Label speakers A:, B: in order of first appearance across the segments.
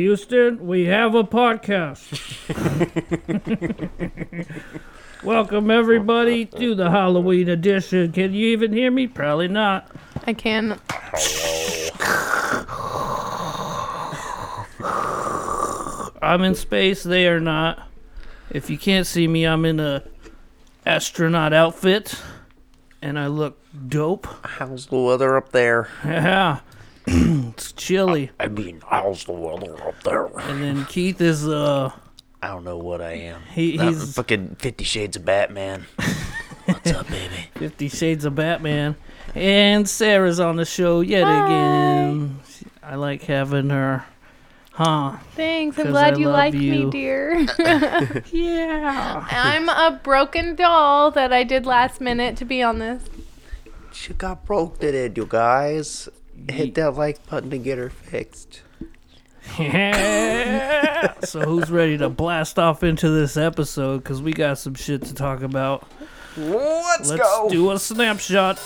A: Houston, we have a podcast. Welcome, everybody, to the Halloween edition. Can you even hear me? Probably not.
B: I can.
A: I'm in space, they are not. If you can't see me, I'm in a astronaut outfit and I look dope.
C: How's the weather up there?
A: Yeah. it's chilly.
C: I mean, how's the weather up there?
A: And then Keith is uh
C: I don't know what I am.
A: he,
C: Not
A: he's
C: fucking Fifty Shades of Batman. What's up, baby?
A: Fifty Shades of Batman. And Sarah's on the show yet again. I like having her. Huh.
B: Thanks. I'm
A: 'Cause
B: glad
A: I
B: you
A: love
B: like
A: you.
B: me, dear.
A: Yeah.
B: I'm a broken doll that I did last minute to be on this.
C: She got broke today, you guys. Hit that like button to get her fixed.
A: Yeah. so who's ready to blast off into this episode? Because we got some shit to talk about.
C: Let's,
A: Let's do a snapshot.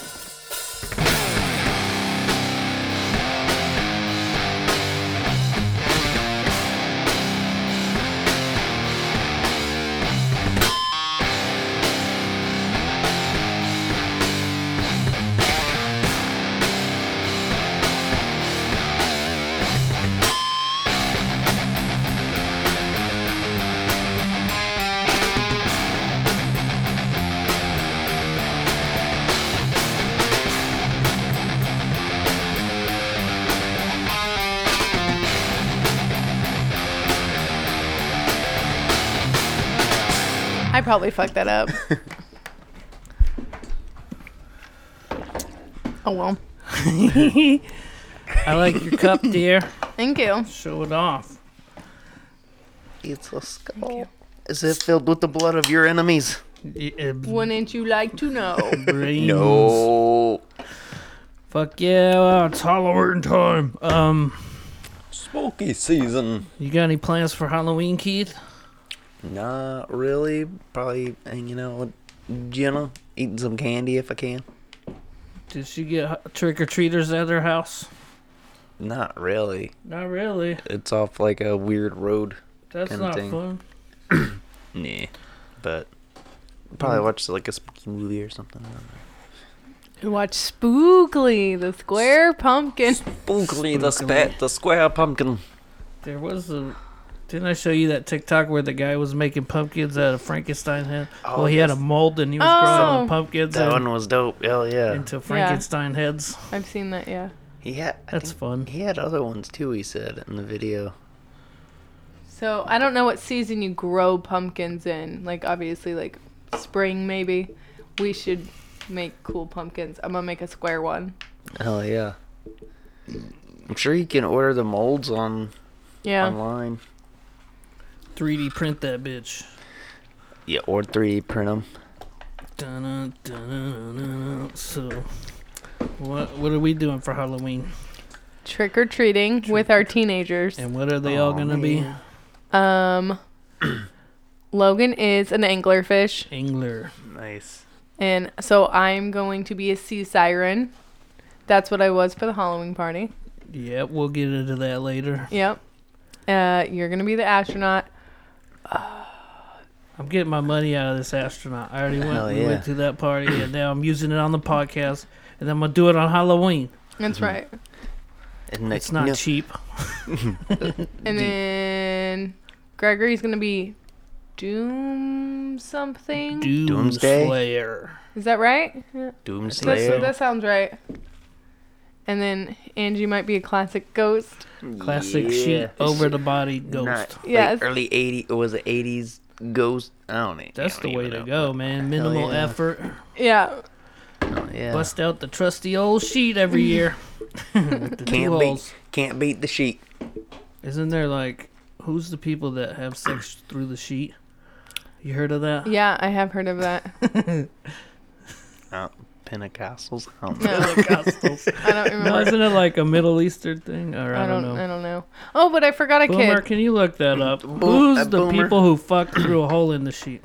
B: I probably fucked that up. oh well.
A: I like your cup, dear.
B: Thank you.
A: Show it off.
C: It's a skull. Is it filled with the blood of your enemies?
B: Wouldn't you like to know?
A: Brains.
C: No.
A: Fuck yeah, well, it's Halloween time. Um,
C: Smoky season.
A: you got any plans for Halloween, Keith?
C: Not really. Probably hanging out with Jenna, eating some candy if I can.
A: Did she get trick or treaters at her house?
C: Not really.
A: Not really.
C: It's off like a weird road.
A: That's
C: Kinda
A: not
C: thing.
A: fun.
C: Nah. But probably
A: Mm.
C: watch like a spooky movie or something.
B: you watch Spookly, the square pumpkin.
C: Spookily,
A: the spa-
C: the square pumpkin.
A: There was a. Didn't I show you that TikTok where the guy was making pumpkins out of Frankenstein head?
C: Oh,
A: well, he had a
C: yes.
A: mold and he was growing
B: Oh.
A: the pumpkins
C: That
A: and-
C: one was uh, dope. Hell yeah.
A: into Frankenstein heads.
B: I've seen that, yeah.
C: He had I
A: That's
C: think
A: fun.
C: he had other ones too. He said in the video.
B: So I don't know what season you grow pumpkins in. Like obviously like spring maybe. We should make cool pumpkins. I'm gonna make a square one.
C: Hell yeah. I'm sure you can order the molds on
B: Yeah.
C: online.
A: 3D print that bitch.
C: Yeah, or 3D print them.
A: Dun, dun, dun, dun, dun, dun. So, what what are we doing for Halloween?
B: Trick or treating with our teenagers.
A: And what are they all
C: Aw,
A: gonna
C: Oh, man.
B: Um Logan is an anglerfish
A: be? Angler.
C: Nice.
B: and so I'm going to be a sea siren. That's what I was for the Halloween party.
A: Yeah, we'll get into that later.
B: Yep. Uh, you're gonna be the astronaut.
A: I'm getting my money out of this astronaut. I already went,
C: Hell
A: we
C: yeah.
A: went to that party, and now I'm using it on the podcast, and I'm gonna do it on Halloween.
B: That's right.
C: And
A: It's not
C: no,
A: cheap.
B: And
C: Do-
B: then Gregory's gonna be Doom something.
C: Doomsday?
A: Doomslayer.
B: Is that right? Yeah. That's,
C: Doomslayer.
B: that sounds right. And then Angie might be a classic ghost.
A: Classic
C: Yeah.
A: sheet over the body ghost.
C: Not, like,
B: Yes.
C: early 80s. Or was it 80s ghost? I don't know.
A: That's
C: I
A: the
C: don't
A: way to
C: even know.
A: go, man. Minimal
C: yeah.
A: effort.
B: Yeah.
C: Oh, yeah.
A: Bust out the trusty old sheet every year. With the two
C: Can't beat,
A: holes.
C: can't beat the sheet.
A: Isn't there like who's the people that have sex through the sheet? You heard of that?
B: Yeah, I have heard of that.
C: Uh, Pentecostals. I don't know.
B: No,
A: Pentecostals.
B: I don't
A: no,
B: remember.
A: isn't it like a Middle Eastern thing? Or I,
B: I
A: don't,
B: don't.
A: know.
B: I don't know. Oh, but I forgot a
A: Boomer,
B: kid.
A: can you look that up?
C: Boom-
A: Who's
C: a
A: the
C: boomer.
A: people who fuck through a hole in the sheet?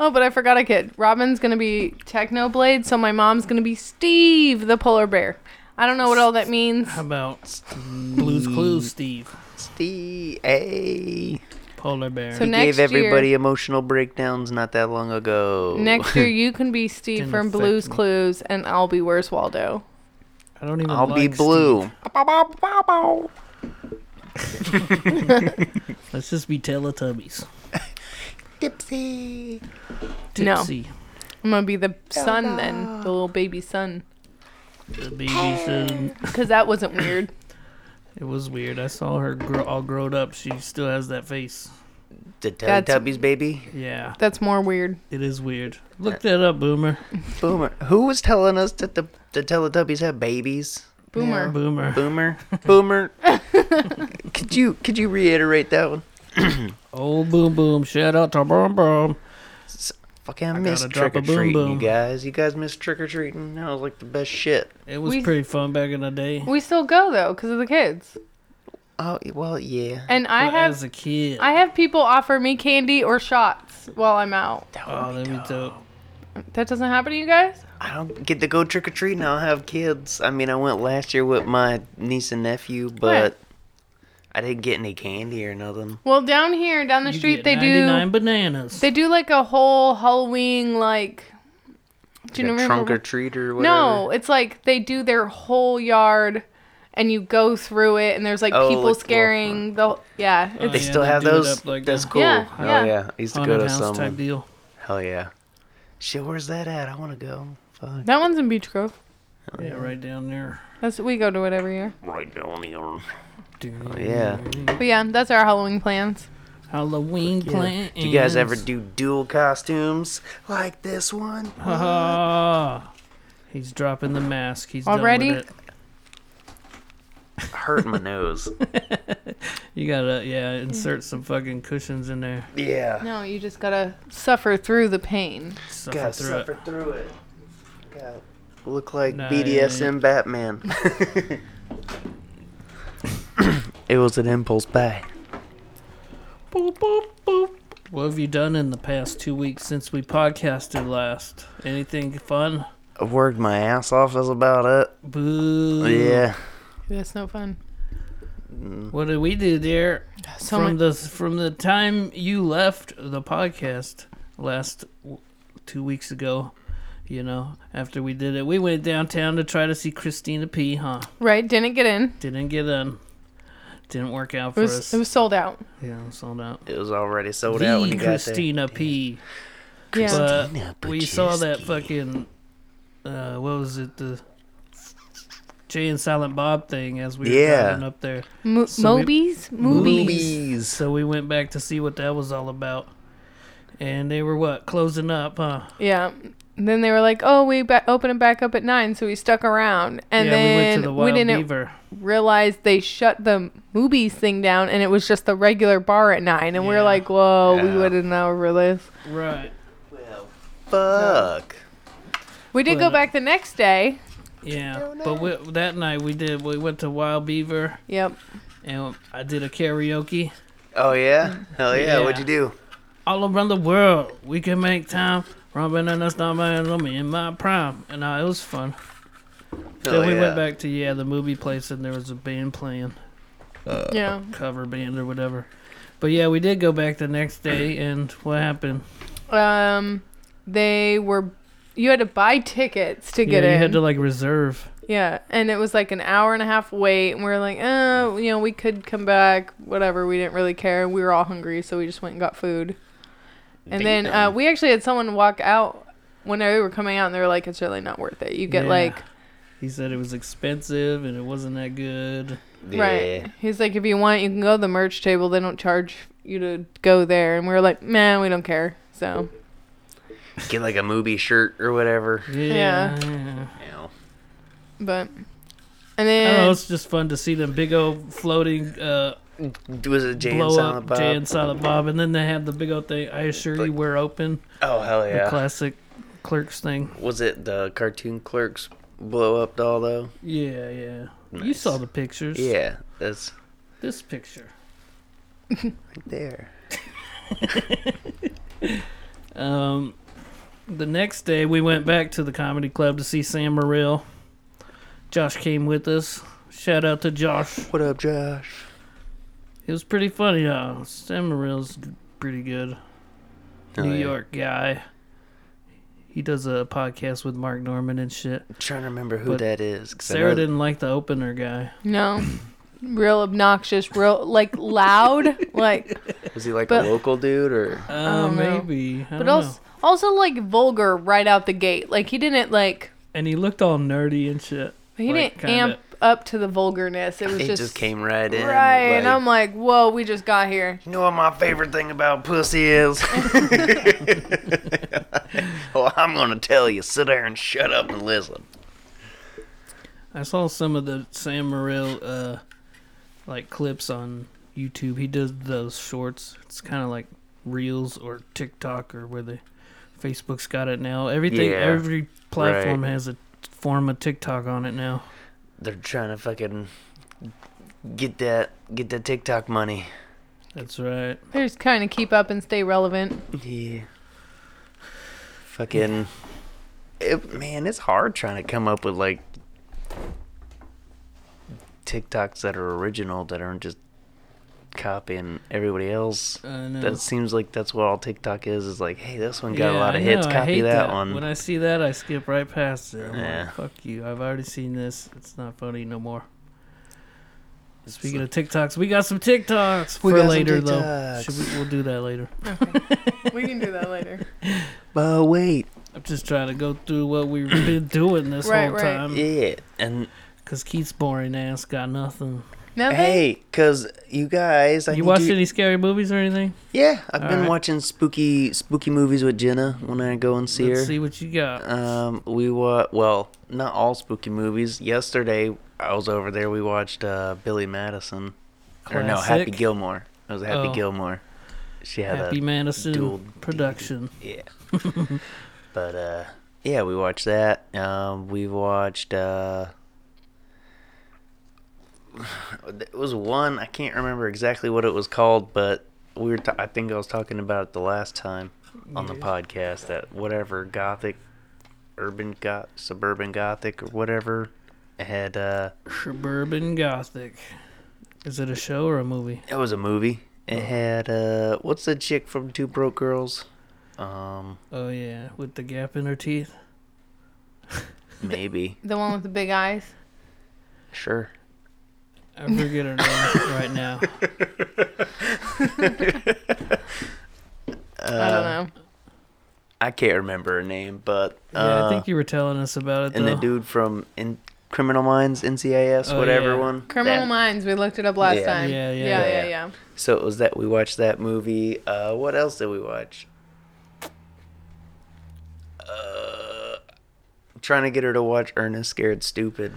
B: Oh, but I forgot a kid. Robin's gonna be Technoblade, so my mom's gonna be Steve the polar bear. I don't know what all that means.
A: How about Blue's
B: Hmm.
A: Clues, Steve?
C: Steve, hey.
A: Polar bear.
B: So
C: he
B: next
C: gave everybody
B: year-
C: emotional breakdowns not that long ago.
B: Next year you can be Steve
A: Didn't
B: from
A: affect
B: Blues
A: me.
B: Clues and I'll be Where's Waldo.
A: I don't even.
C: I'll be
A: like
C: blue.
A: Steve. Let's just be Teletubbies.
C: Dipsy.
B: No.
A: Tipsy.
B: I'm gonna be the son then, the little baby son.
A: The baby said
B: Because that wasn't weird.
A: it was weird. I saw her grow, all grown up. She still has that face.
C: The
B: That's-
C: Teletubbies baby.
A: Yeah,
B: That's more weird.
A: it is weird. Look that up, Boomer.
C: Boomer. Who was telling us that the, the Teletubbies have babies?
B: Boomer.
A: Boomer.
C: Boomer. Boomer. could you could you reiterate that one?
A: Old Boom Boom. Shout out to Boom Boom.
C: Fucking I
A: gotta
C: missed
A: drop
C: trick
A: a
C: or
A: boom
C: treating, you
A: boom.
C: guys. You guys missed trick or treating. That was like the best shit.
A: It was
B: We-
A: pretty fun back in the day.
B: We still go though because of the kids.
C: Oh well, yeah.
B: And I
A: But
B: have
A: as a kid.
B: I have people offer me candy or shots while I'm out.
A: oh, let me tell.
B: That doesn't happen to you guys?
C: I don't get to go trick or treating. I'll have kids. I mean, I went last year with my niece and nephew, but I didn't get any candy or nothing.
B: Well, down here, down the
A: you
B: street,
A: get
B: they do
A: 99 bananas.
B: they do like a whole Halloween like. Do you
C: Like a
B: remember?
C: trunk or treat or whatever.
B: no, it's like they do their whole yard, and you go through it, and there's like
C: Oh,
B: people
C: like the
B: scaring the yeah. It's,
A: Yeah,
C: They still
A: they
C: have
A: do it
C: those.
A: up like
C: That's
A: that.
C: cool.
B: Yeah,
C: Hell
B: yeah.
C: yeah. I used to go
A: haunted
C: to
A: house type
C: some.
A: deal.
C: Hell yeah. Shit, where's that at? I want to go. Fuck.
B: That one's in Beach Grove.
A: Yeah, right down there.
B: That's we go to it every year.
C: Right down here. Oh, Yeah.
B: But yeah, that's our Halloween plans.
A: Halloween
C: yeah.
A: plans.
C: Do you guys ever do dual costumes like this one?
A: Ah, he's dropping the mask. He's
B: Already?
A: Done with it.
C: Hurt my nose.
A: You gotta yeah insert some fucking cushions in there.
C: Yeah.
B: No, you just gotta suffer through the pain.
A: Suffer
C: Gotta
A: through
C: suffer
A: it.
C: through it. Gotta look like
A: Nah,
C: BDSM Batman. it was an impulse buy.
A: Boop, boop, boop. What have you done in the past two weeks since we podcasted last? Anything fun?
C: I worked my ass off. That's about it.
A: Boo.
C: Yeah.
B: That's no fun.
A: What did we do there?
B: So
A: from
B: much.
A: the from the time you left the podcast last w- two weeks ago, you know, after we did it, we went downtown to try to see Christina P. Huh?
B: right, didn't get in.
A: Didn't get in. Didn't work out
B: It
A: for
B: was
A: us.
B: it was sold out.
A: yeah, it sold out.
C: It was already sold out when
A: The
C: you
A: Christina P.
B: Yeah.
A: But
C: got there.
A: we saw that
C: Paczewski.
A: fucking uh, what was it the Jay and Silent Bob thing as we were
C: Yeah.
A: driving up there.
B: Mo-
A: So we-
B: Mobies? Movies.
C: movies.
A: So we went back to see what that was all about. And they were what closing up, huh?
B: Yeah. And then they were like, "Oh, we ba- open it back up at nine, so we stuck around." And
A: yeah,
B: then
A: we went to the Wild
B: didn't
A: Beaver.
B: realize they shut the movies thing down, and it was just the regular bar at nine. And we
A: Yeah.
B: were like, "Whoa, we
C: Yeah.
B: wouldn't know realized."
A: Right.
C: Fuck.
B: We did
A: But,
B: go
A: uh,
B: back the next day.
A: Yeah. But we, that night we did. We went to Wild Beaver,
B: Yep.
A: and I did a karaoke.
C: Oh yeah. Hell yeah.
A: Yeah.
C: What'd you do?
A: All around the world, we can make time. Romping and a stomach and me in my prime, and uh, it was fun.
C: Hell
A: then we
C: yeah.
A: went back to yeah the movie place, and there was a band playing,
B: yeah.
A: cover band or whatever. But yeah, we did go back the next day, and what happened?
B: Um, they were. You had to buy tickets to get
A: yeah, you
B: in.
A: had to like reserve.
B: yeah, and it was like an hour and a half wait, and we were like, "Oh, you know, we could come back. Whatever. We didn't really care. We were all hungry, so we just went and got food. And then uh, we actually had someone walk out when they were coming out, and they were like, "It's really not worth it. You get
A: Yeah.
B: like."
A: He said it was expensive and it wasn't that good.
B: Right. He's like, if you want, you can go to the merch table. They don't charge you to go there. And we were like, man, we don't care. So,
C: Yeah. Get like a movie shirt or whatever.
A: Yeah.
C: Ow.
B: but, and
A: I don't know,
B: then
A: Oh, it's just fun to see them big old floating uh,
C: Was it Jay and
A: blow
C: Silent
A: up
C: Bob?
A: Jay and Silent Bob, and then they have the big old thing. I assure you,
C: Like-
A: we're open.
C: Oh hell yeah.
A: The classic clerks thing.
C: Was it the cartoon clerks blow up doll though?
A: Yeah, yeah. You
C: Nice.
A: saw the pictures.
C: Yeah, that's
A: This picture.
C: right there.
A: Um, the next day we went back to the comedy club to see Sam Morril, Josh came with us. Shout out to Josh.
C: What up, Josh?
A: It was pretty funny. Uh, Samaril's g- pretty good.
C: Oh,
A: New
C: yeah.
A: York guy. He does a podcast with Mark Norman and shit.
C: I'm trying to remember who
A: But
C: that is. 'cause I know
A: Sarah
C: th-
A: didn't like the opener guy.
B: No. Real obnoxious, real like loud, like
C: Was he like
B: but-
C: a local dude or?
A: Uh,
B: don't know.
A: maybe. I
B: but
A: don't
B: also
A: know.
B: also like vulgar right out the gate. Like he didn't like
A: And he looked all nerdy and shit.
B: he
A: Like,
B: didn't
A: kinda-
B: amp up to the vulgarness. It was
C: It
B: just,
C: just, came right in.
B: right,
C: like,
B: and I'm like, whoa, we just got here.
C: You know what my favorite thing about pussy is? well, I'm gonna tell you. Sit there and shut up and listen.
A: I saw some of the Sam Morril, uh, like clips on YouTube. He does those shorts. It's kind of like reels or TikTok or where the Facebook's got it now. Everything,
C: Yeah,
A: every platform has a form of TikTok on it now.
C: They're trying to fucking get that get that TikTok money.
A: That's right.
B: They just kind of keep up and stay relevant.
C: Yeah. Fucking. It, man, it's hard trying to come up with like TikToks that are original that aren't just copying everybody else.
A: I know.
C: That seems like that's what all TikTok is. Is like, hey, this one got
A: Yeah,
C: a lot
A: I
C: of hits.
A: know, I
C: Copy
A: hate
C: that, one.
A: When I see that, I skip right past it. I'm
C: Yeah.
A: like, fuck you. I've already seen this. It's not funny no more. Speaking of TikToks, we got some TikToks
C: We
A: for
C: got some
A: later though.
C: TikToks.
A: Should we, we'll do that later.
B: We can do that later.
C: but Oh, wait,
A: I'm just trying to go through what we've been doing this
B: Right,
A: whole
B: right.
A: time.
C: yeah, and
A: Because Keith's boring ass got nothing.
B: Nothing.
C: hey, cause you guys, I
A: you
C: need
A: watched
C: you-
A: any scary movies or anything?
C: Yeah, I've been
A: Alright.
C: watching spooky spooky movies with Jenna when I go and see her.
A: Let's see what you got.
C: Um, we wa well, not all spooky movies. Yesterday, I was over there. We watched uh, Billy Madison, or no, Happy
A: Classic.
C: Gilmore. It was Happy
A: Oh.
C: Gilmore. She had
A: Happy
C: a
A: Madison
C: dual
A: production.
C: yeah. but uh, yeah, we watched that. Um, we watched. Uh, it was one I can't remember exactly what it was called, but we were. ta- I think I was talking about it the last time on the podcast that whatever gothic, urban got suburban gothic or whatever had. Uh,
A: Suburban Gothic. Is it a show or a movie?
C: it was a movie. It had uh, what's the chick from Two Broke Girls? Um,
A: Oh, yeah. With the gap in her teeth.
C: maybe
B: The one with the big eyes.
C: sure.
A: I forget her name right
C: Uh,
A: now.
B: I don't
C: Uh,
B: know.
C: I can't remember her name, but
A: Yeah,
C: uh,
A: I think you were telling us about it, though.
C: and the dude from in Criminal Minds, NCIS,
A: Oh,
C: whatever
A: yeah.
C: one.
B: Criminal
C: that-
B: Minds. We looked it up last
C: Yeah.
B: time.
A: Yeah, yeah,
B: yeah,
C: yeah.
B: yeah, yeah.
C: So it was that we watched that movie. Uh, what else did we watch? Uh, I'm trying to get her to watch Ernest Scared Stupid.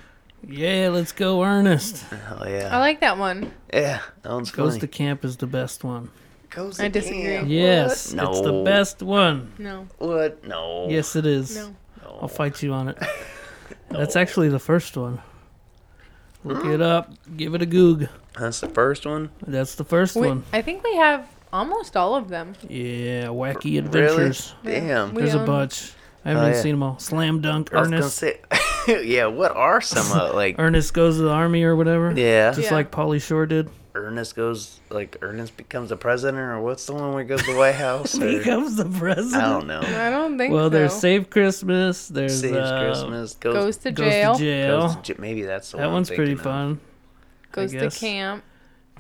A: Yeah, let's go, Ernest.
C: Hell
B: I
C: yeah,
B: like that one.
C: yeah, that one's
A: Goes
C: funny.
A: to camp is the best one.
C: Goes
B: I
C: to
B: disagree.
C: camp.
A: Yes,
C: What?
A: it's the
C: No. Oh.
A: best one.
B: No,
C: What? No.
A: Yes, it is.
B: no.
A: I'll fight you on it. That's actually the first one. Look it up. Give it a goog.
C: That's the first one.
A: That's the first
B: We-
A: one.
B: I think we have almost all of them.
A: Yeah, wacky adventures.
C: Really? Damn.
B: We
A: There's a
B: own-
A: bunch. I haven't
C: Oh,
A: even
C: yeah.
A: seen them all. Slam dunk.
C: I was gonna
A: Ernest.
C: say, yeah. What are some of like?
A: Ernest goes to the army or whatever.
C: Yeah.
A: Just
B: Yeah.
A: like Polly Shore did.
C: Ernest goes like Ernest becomes the president, or what's the one where he goes to the White House? Or,
A: Becomes the
C: I
A: president.
C: don't know.
B: I don't think
A: Well,
B: so.
A: there's Save Christmas. There's
C: Saves
A: uh,
C: Christmas goes.
B: goes to
A: Goes
B: jail.
A: to jail.
C: goes to j- maybe that's the
A: that
C: one I'm
A: one's pretty
C: thinking
A: fun.
C: of.
B: Goes to
A: guess.
B: camp.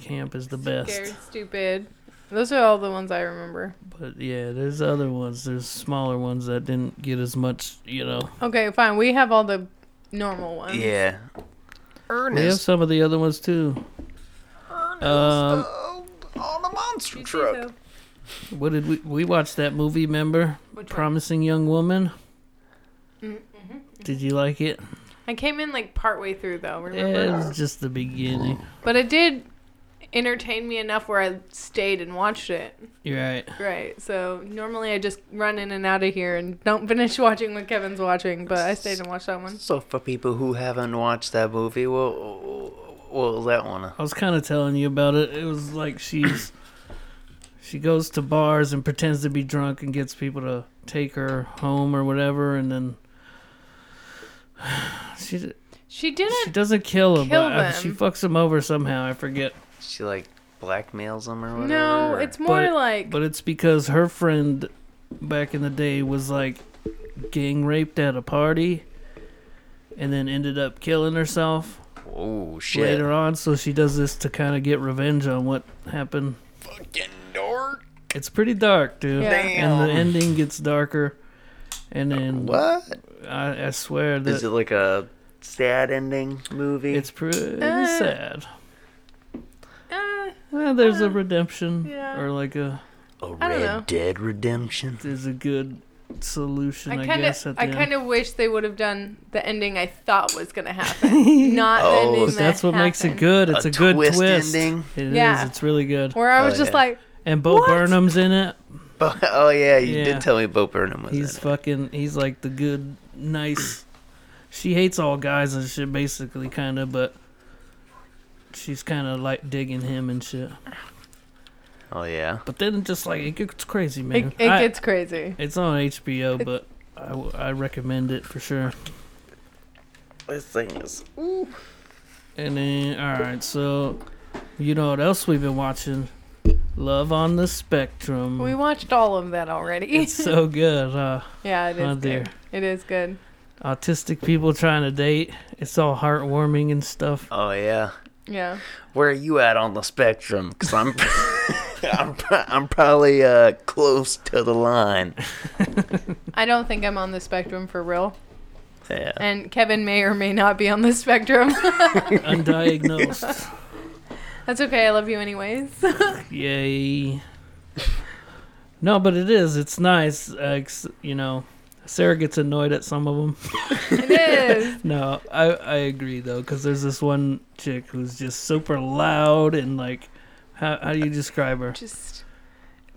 A: Camp is the best.
B: Scared stupid. Those are all the ones I remember.
A: But yeah, there's other ones. There's smaller ones that didn't get as much, you know.
B: Okay, fine. We have all the normal ones.
C: Yeah.
A: We have
C: Ernest
A: some of the other ones too. Um,
C: uh, on a monster
B: You see
C: truck.
B: the-
A: what did we we watched that movie? Remember, Promising Young Woman. Did you like it?
B: I came in like partway through though. Remember?
A: Yeah, it was just the beginning.
B: But it did entertain me enough where I stayed and watched it.
A: You're right.
B: Right. So normally I just run in and out of here and don't finish watching what Kevin's watching, but I stayed and watched that one.
C: So for people who haven't watched that movie, what what was that one?
A: I was kind of telling you about it. It was like she's she goes to bars and pretends to be drunk and gets people to take her home or whatever, and then she
B: She
A: She
B: didn't.
A: doesn't kill him,
B: Kill
A: but uh, she
B: them.
A: fucks him over somehow. I forget.
C: She like blackmails him or whatever.
B: No,
C: or-
B: it's more
A: But-
B: like
A: But it's because her friend back in the day was like gang raped at a party and then ended up killing herself
C: oh shit.
A: later on. So she does this to kind of get revenge on what happened.
C: Fucking dork.
A: It's pretty dark, dude.
B: Yeah.
A: And the ending gets darker. And then
C: Uh, What?
A: I, I swear that
C: Is it like a sad ending movie?
A: it's pretty
B: Uh.
A: sad.
B: uh,
A: Eh, there's a redemption,
B: yeah.
A: or like a
C: a Red
B: I don't know.
C: Dead Redemption.
A: there's a good solution, I,
B: I kind
A: guess.
B: of
A: At the
B: I
A: end.
B: kind of wish they would have done the ending I thought was gonna happen, not the
C: Oh,
B: ending
A: But that's
B: that
A: what makes it
B: happened.
A: good. It's a,
C: A
A: good twist.
C: twist ending?
A: It is.
B: Yeah.
A: It's really good.
B: Where I was
C: Oh,
B: just
C: yeah.
B: like,
A: And Bo
B: What?
A: Burnham's in it.
C: Bo- oh yeah, you
A: Yeah.
C: did tell me Bo Burnham was
A: He's
C: in it.
A: fucking. He's like the good, nice. she hates all guys and shit, basically, kind of. But she's kind of like digging him and shit.
C: Oh yeah.
A: But then it just like it gets crazy,
B: it,
A: man.
B: it
A: I-
B: gets crazy.
A: It's on HBO, but I, w- I recommend it for sure.
C: This thing is.
A: And then, all right, so you know what else we've been watching? Love on the Spectrum.
B: We watched all of that already.
A: Mm. it's so good. Uh,
B: yeah, it is
A: Oh,
B: good.
A: dear.
B: It is good.
A: autistic people trying to date. It's all heartwarming and stuff.
C: Oh yeah.
B: Yeah.
C: Where are you at on the spectrum? Cause I'm, I'm, pro- I'm probably uh close to the line.
B: I don't think I'm on the spectrum for real.
C: Yeah.
B: And Kevin may or may not be on the spectrum.
A: Undiagnosed.
B: That's okay. I love you anyways.
A: Yay. No, but it is. It's nice. Uh, ex- you know, Sarah gets annoyed at some of them.
B: it is.
A: No, I I agree though, because there's this one chick who's just super loud and like, how how do you describe her?
B: Just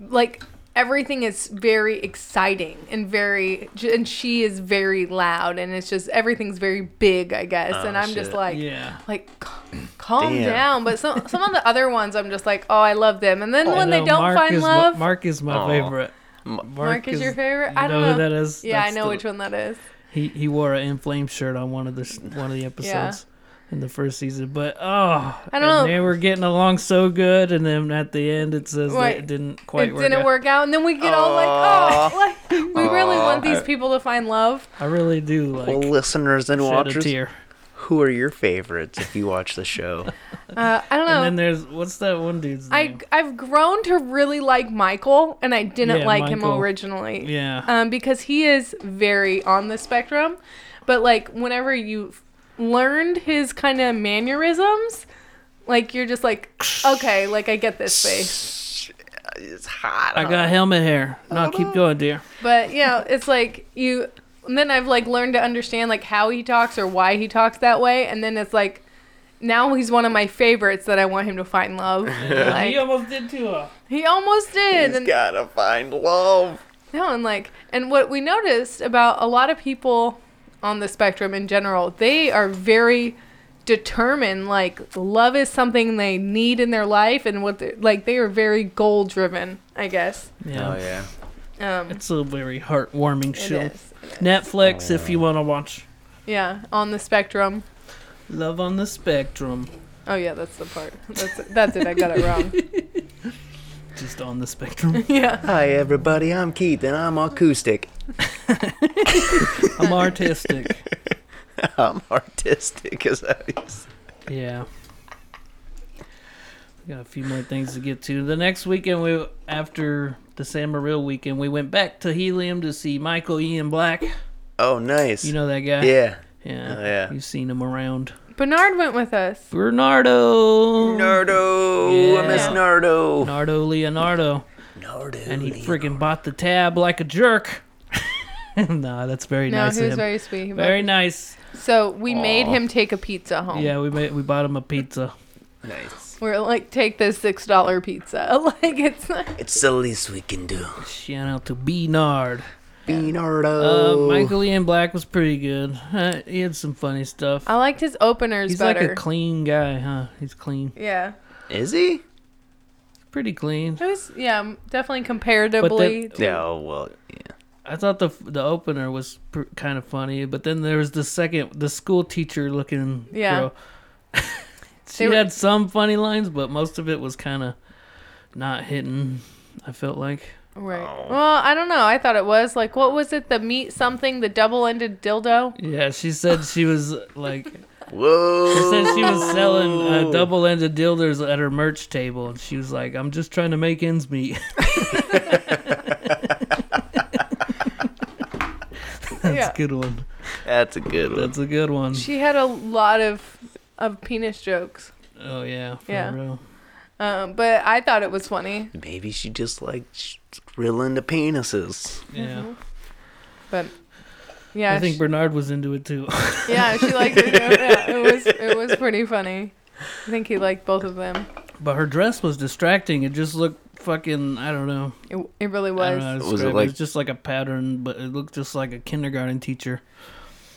B: like everything is very exciting and very and she is very loud and it's just everything's very big, I guess. and
C: Oh,
B: I'm just
C: shit.
B: like
A: Yeah,
B: like c- calm
C: Damn.
B: down. But some some of the other ones I'm just like, "Oh, I love them." And then when
A: I
B: they
A: know
B: don't
A: Mark
B: find
A: is my-
B: love, Mark,
A: Mark is my
C: Aw.
A: favorite.
C: M-
A: Mark,
B: is, your favorite?
A: You
B: I don't
A: know
B: know.
A: who that is?
B: yeah, I
A: That's
B: know
A: the-
B: which one that is.
A: He he wore an inflamed shirt on one of the s- one of the episodes. In the first season, but oh,
B: don't
A: and
B: know.
A: they were getting along so good, and then at the end it says that
B: Right.
A: it didn't quite
B: it
A: work.
B: didn't
A: out.
B: work out, and then we get all like, "Oh, like, we really
C: Aw.
B: want these people to find love."
A: I really do like
C: Well, listeners and
A: shed a
C: watchers,
A: tear.
C: who are your favorites if you watch the show?
B: Uh, I don't know.
A: And then there's what's that one dude's
B: I
A: name?
B: I've grown to really like Michael, and I didn't
A: Yeah,
B: like him
A: Michael.
B: originally.
A: yeah,
B: Um, because he is very on the spectrum, but like whenever you f- learned his kind of mannerisms, like you're just like, okay, like I get this face.
C: It's hot.
A: I got helmet hair.
B: Oh.
A: No, keep going, dear.
B: But you know, it's like you. And then I've like learned to understand like how he talks or why he talks that way, and then it's like. Now he's one of my favorites that I want him to find love.
A: he
B: Like,
A: almost did too. uh,
B: he almost did.
C: He's
B: and-
C: gotta find love.
B: No, and like, and what we noticed about a lot of people on the spectrum in general, they are very determined. Like, love is something they need in their life, and what they're- like they are very goal driven. I guess.
A: Yeah,
C: Oh yeah.
B: Um,
A: it's a very heartwarming
B: it
A: show.
B: is.
A: Netflix, if you want to watch
B: Yeah, on the spectrum.
A: Love on the Spectrum,
B: Oh yeah, that's the part. That's that's it. I got it wrong.
A: just on the spectrum.
B: Yeah.
C: Hi everybody, I'm Keith and I'm acoustic.
A: I'm artistic.
C: I'm artistic as I was.
A: Yeah. We got a few more things to get to. The next weekend, we after the Samaril weekend, we went back to Helium to see Michael Ian Black.
C: Oh nice.
A: You know that guy?
C: yeah.
A: Yeah.
C: Oh, yeah.
A: You've seen him around.
B: Bernard went with us.
A: Bernardo.
C: Nardo. I miss
A: Yeah.
C: Nardo.
A: Leonardo Leonardo.
C: Nardo.
A: And he freaking bought the tab like a jerk. nah, that's very
B: No,
A: nice of
B: he was
A: him.
B: very sweet. He was-
A: Very nice.
B: So we made
C: Aw.
B: him take a pizza home.
A: Yeah, we made, we bought him a pizza.
C: nice.
B: We're like, take this six dollar pizza. Like it's not.
C: It's the least we can do.
A: Shout out to Bernard.
C: Be
A: Uh,
C: Nardo.
A: Michael Ian Black was pretty good. Uh, he had some funny stuff.
B: I liked his openers
A: He's
B: better.
A: like a clean guy, huh? He's clean,
B: yeah,
C: Is he?
A: pretty clean.
B: it was yeah m- definitely
A: But
B: comparatively.
A: then,
C: No. Well. Yeah.
A: I thought the the opener was pr- kind of funny, but then there was the second, the school teacher looking
B: Yeah.
A: girl. she
B: They were-
A: had some funny lines, but most of it was kind of not hitting. I felt like
B: Right.
C: Oh.
B: Well, I don't know. I thought it was like what was it? The meat something, the double-ended dildo.
A: yeah. She said she was like
C: Whoa.
A: she said she was selling uh, double-ended dildos at her merch table, and she was like, "I'm just trying to make ends meet." That's
B: Yeah.
A: a good one.
C: That's a good one.
A: That's a good one.
B: She had a lot of of penis jokes.
A: Oh yeah, for
B: Yeah.
A: real.
B: Um, but I thought it was funny.
C: Maybe she just like sh- real into penises.
A: Yeah.
B: But Mm-hmm. yeah,
A: I think
B: she-
A: Bernard was into it too.
B: yeah, she liked it. Yeah, it was it was pretty funny. I think he liked both of them.
A: but her dress was distracting. It just looked fucking, I don't know.
B: It, it really
A: I don't
B: was
A: know how to
C: Was it
A: describe it, it
C: like-
A: was just like a pattern, but it looked just like a kindergarten teacher.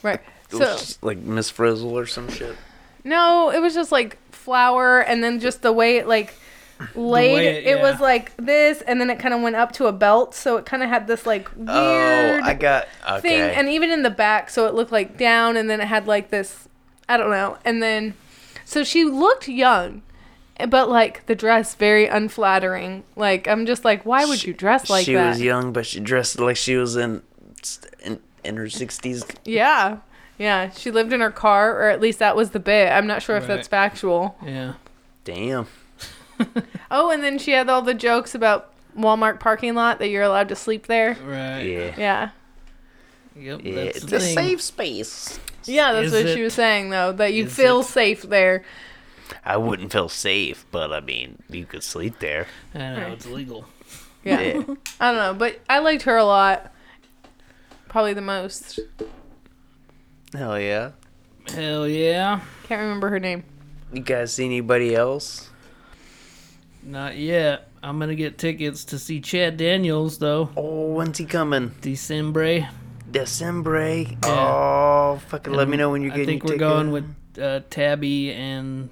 B: right.
C: It was
B: So
C: just like Miss Frizzle or some shit.
B: no, it was just like flour, and then just the way it like laid.
A: way
B: it,
A: it-
B: was
A: yeah.
B: like this, and then it kind of went up to a belt, so it kind of had this like weird.
C: Oh, I got okay.
B: thing and even in the back so it looked like down and then it had like this i don't know and then so she looked young eh, but like the dress very unflattering like i'm just like why would you dress like
C: she
B: that
C: was young, but she dressed like she was in in, in her sixties.
B: yeah yeah she lived in her car or at least that was the bit i'm not sure if that's factual
A: Yeah.
C: Damn.
B: oh and then she had all the jokes about walmart parking lot that you're allowed to sleep there
A: Right.
C: Yeah.
B: yeah
A: Yep.
C: Yeah,
A: That's
C: it's
A: the
C: a
A: thing.
C: safe space.
B: yeah that's
A: Is
B: what she
A: it-
B: was saying though that you
A: is
B: feel
A: it-
B: safe there
C: I wouldn't feel safe, but I mean, you could sleep there.
A: I know,
B: Right.
A: it's legal.
B: yeah I don't know, but I liked her a lot. Probably the most.
C: Hell yeah.
A: Hell yeah.
B: Can't remember her name.
C: You guys see anybody else?
A: Not yet. I'm going to get tickets to see Chad Daniels, though.
C: Oh, when's he coming?
A: December.
C: December. eh? Oh, fucking let
A: And
C: me know when you're
A: I
C: getting
A: think
C: your
A: we're
C: ticket.
A: going with uh, Tabby and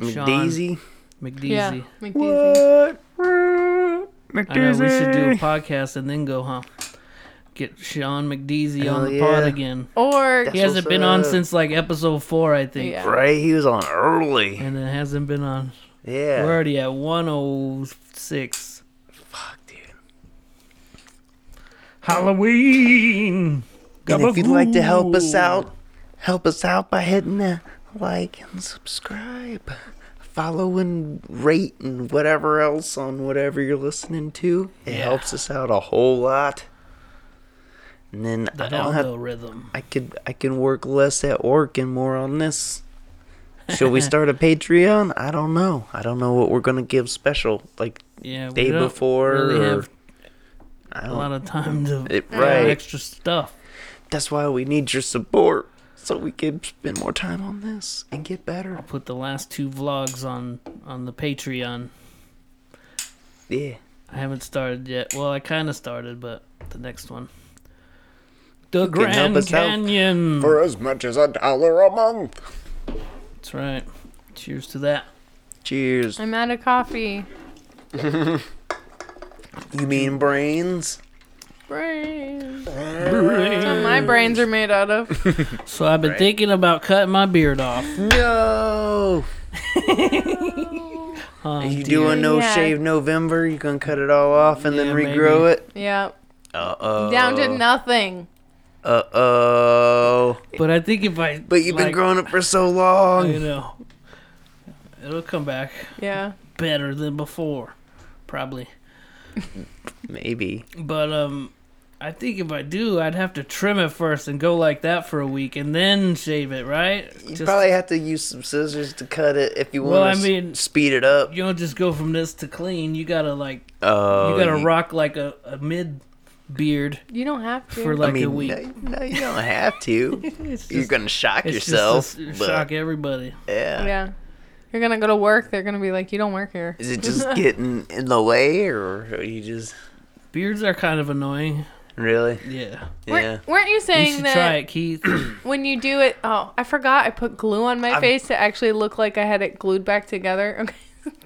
A: Sean.
C: Daisy.
A: McDeezy.
B: Yeah, McDeezy.
C: What?
A: I know we should do a
C: McDeezy.
A: podcast and then go, huh? Get Sean McDeezy
C: Hell
A: on the pod
C: yeah.
A: again.
B: Or
A: He
C: That's
A: hasn't
C: what's
A: been on
C: up.
A: since like episode four, I think.
B: yeah,
C: Right, he was on early.
A: And it hasn't been on.
C: Yeah.
A: We're already at 106.
C: Fuck, dude.
A: Halloween!
C: And if you'd like to help us out, help us out by hitting the like and subscribe, follow and rate and whatever else on whatever you're listening to. It helps us out a whole lot. And then
A: The
C: I don't have.
A: algorithm.
C: I could I can work less at work and more on this. Should we start a Patreon? I don't know. I don't know what we're gonna give special. Like
A: Yeah, we
C: day
A: don't
C: before
A: really
C: or-
A: have
C: I
A: a
C: don't.
A: lot of time to
C: It-
A: do
C: right.
A: extra stuff.
C: That's why we need your support so we can spend more time on this and get better.
A: Put the last two vlogs on on the Patreon.
C: Yeah.
A: I haven't started yet. Well, I kind of started, but the next one. The
C: can help
A: Grand
C: us out
A: Canyon.
D: for as much as a dollar a month.
A: That's right. Cheers to that.
C: Cheers.
B: I'm out of coffee.
C: You mean brains?
B: Brains. That's what my brains are made out of.
A: So I've been thinking about cutting my beard off.
C: No.
A: Oh, dear.
C: you doing no
B: Yeah.
C: shave November? You gonna cut it all off and then
A: Yeah,
C: regrow it?
B: Yeah,
C: Uh oh.
B: down to nothing.
C: Uh oh.
A: But I think if I.
C: But you've been
A: like,
C: growing it for so long.
A: You know, it'll come back
B: Yeah,
A: better than before, probably.
C: Maybe.
A: But um, I think if I do, I'd have to trim it first and go like that for a week and then shave it, right?
C: You
A: Just-
C: probably have to use some scissors to cut it if you want
A: Well,
C: to
A: I mean-
C: speed it up.
A: you don't just go from this to clean. You gotta like
C: Oh,
A: you gotta rock like a, a mid beard
B: you don't have to.
A: for
C: I
A: like a
C: mean,
A: week.
C: no, no, you don't have to.
A: It's
C: You're
A: just-
C: gonna shock
A: it's just
C: yourself.
A: to s-
C: but
A: shock everybody.
C: yeah.
B: yeah, you're gonna go to work. They're gonna be like, you don't work here.
C: Is it just getting in the way, or are you just
A: Beards are kind of annoying.
C: really?
A: Yeah,
C: Yeah.
B: Weren't, weren't you
A: you
B: saying
A: should
B: that
A: try it, Keith.
B: when you do it? Oh, I forgot. I put glue on my face to actually look like I had it glued back together. Okay.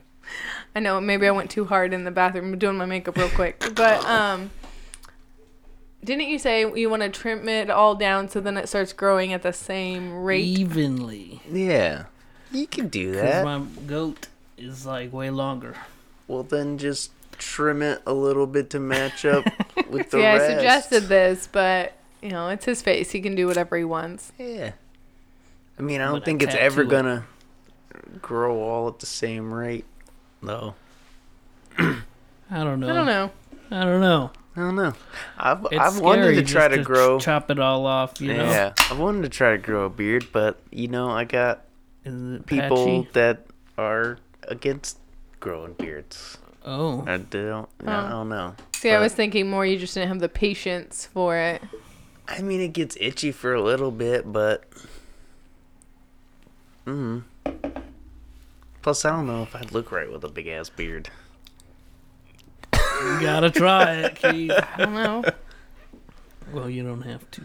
B: I know maybe I went too hard in the bathroom doing my makeup real quick, but um, Didn't you say you want to trim it all down so then it starts growing at the same rate?
A: evenly.
C: Yeah. You can do
A: Because
C: that.
A: my goat is like way longer.
C: Well, then just trim it a little bit to match up with the
B: Yeah, I
C: rest.
B: suggested this, but you know, it's his face. He can do whatever he wants.
C: Yeah. I mean, I
A: I'm
C: don't
A: gonna
C: think it's ever
A: tattoo it.
C: gonna grow all at the same rate, though.
A: I don't know.
B: I don't know.
A: I don't know.
C: I don't know. I've
A: It's
C: I've wanted
A: scary
C: to try
A: just
C: to
A: ch-
C: grow.
A: chop it all off. You know,
C: Yeah, I've wanted to try to grow a beard, but you know, I got
A: Is it
C: people
A: patchy?
C: that are against growing beards.
A: Oh,
C: I don't. I
B: Oh.
C: don't know.
B: See, I
C: But-
B: was thinking more you just didn't have the patience for it.
C: I mean, it gets itchy for a little bit, but. Mm. Plus, I don't know if I'd look right with a big ass beard.
A: you gotta try it, Keith.
B: I don't know.
A: Well, you don't have to.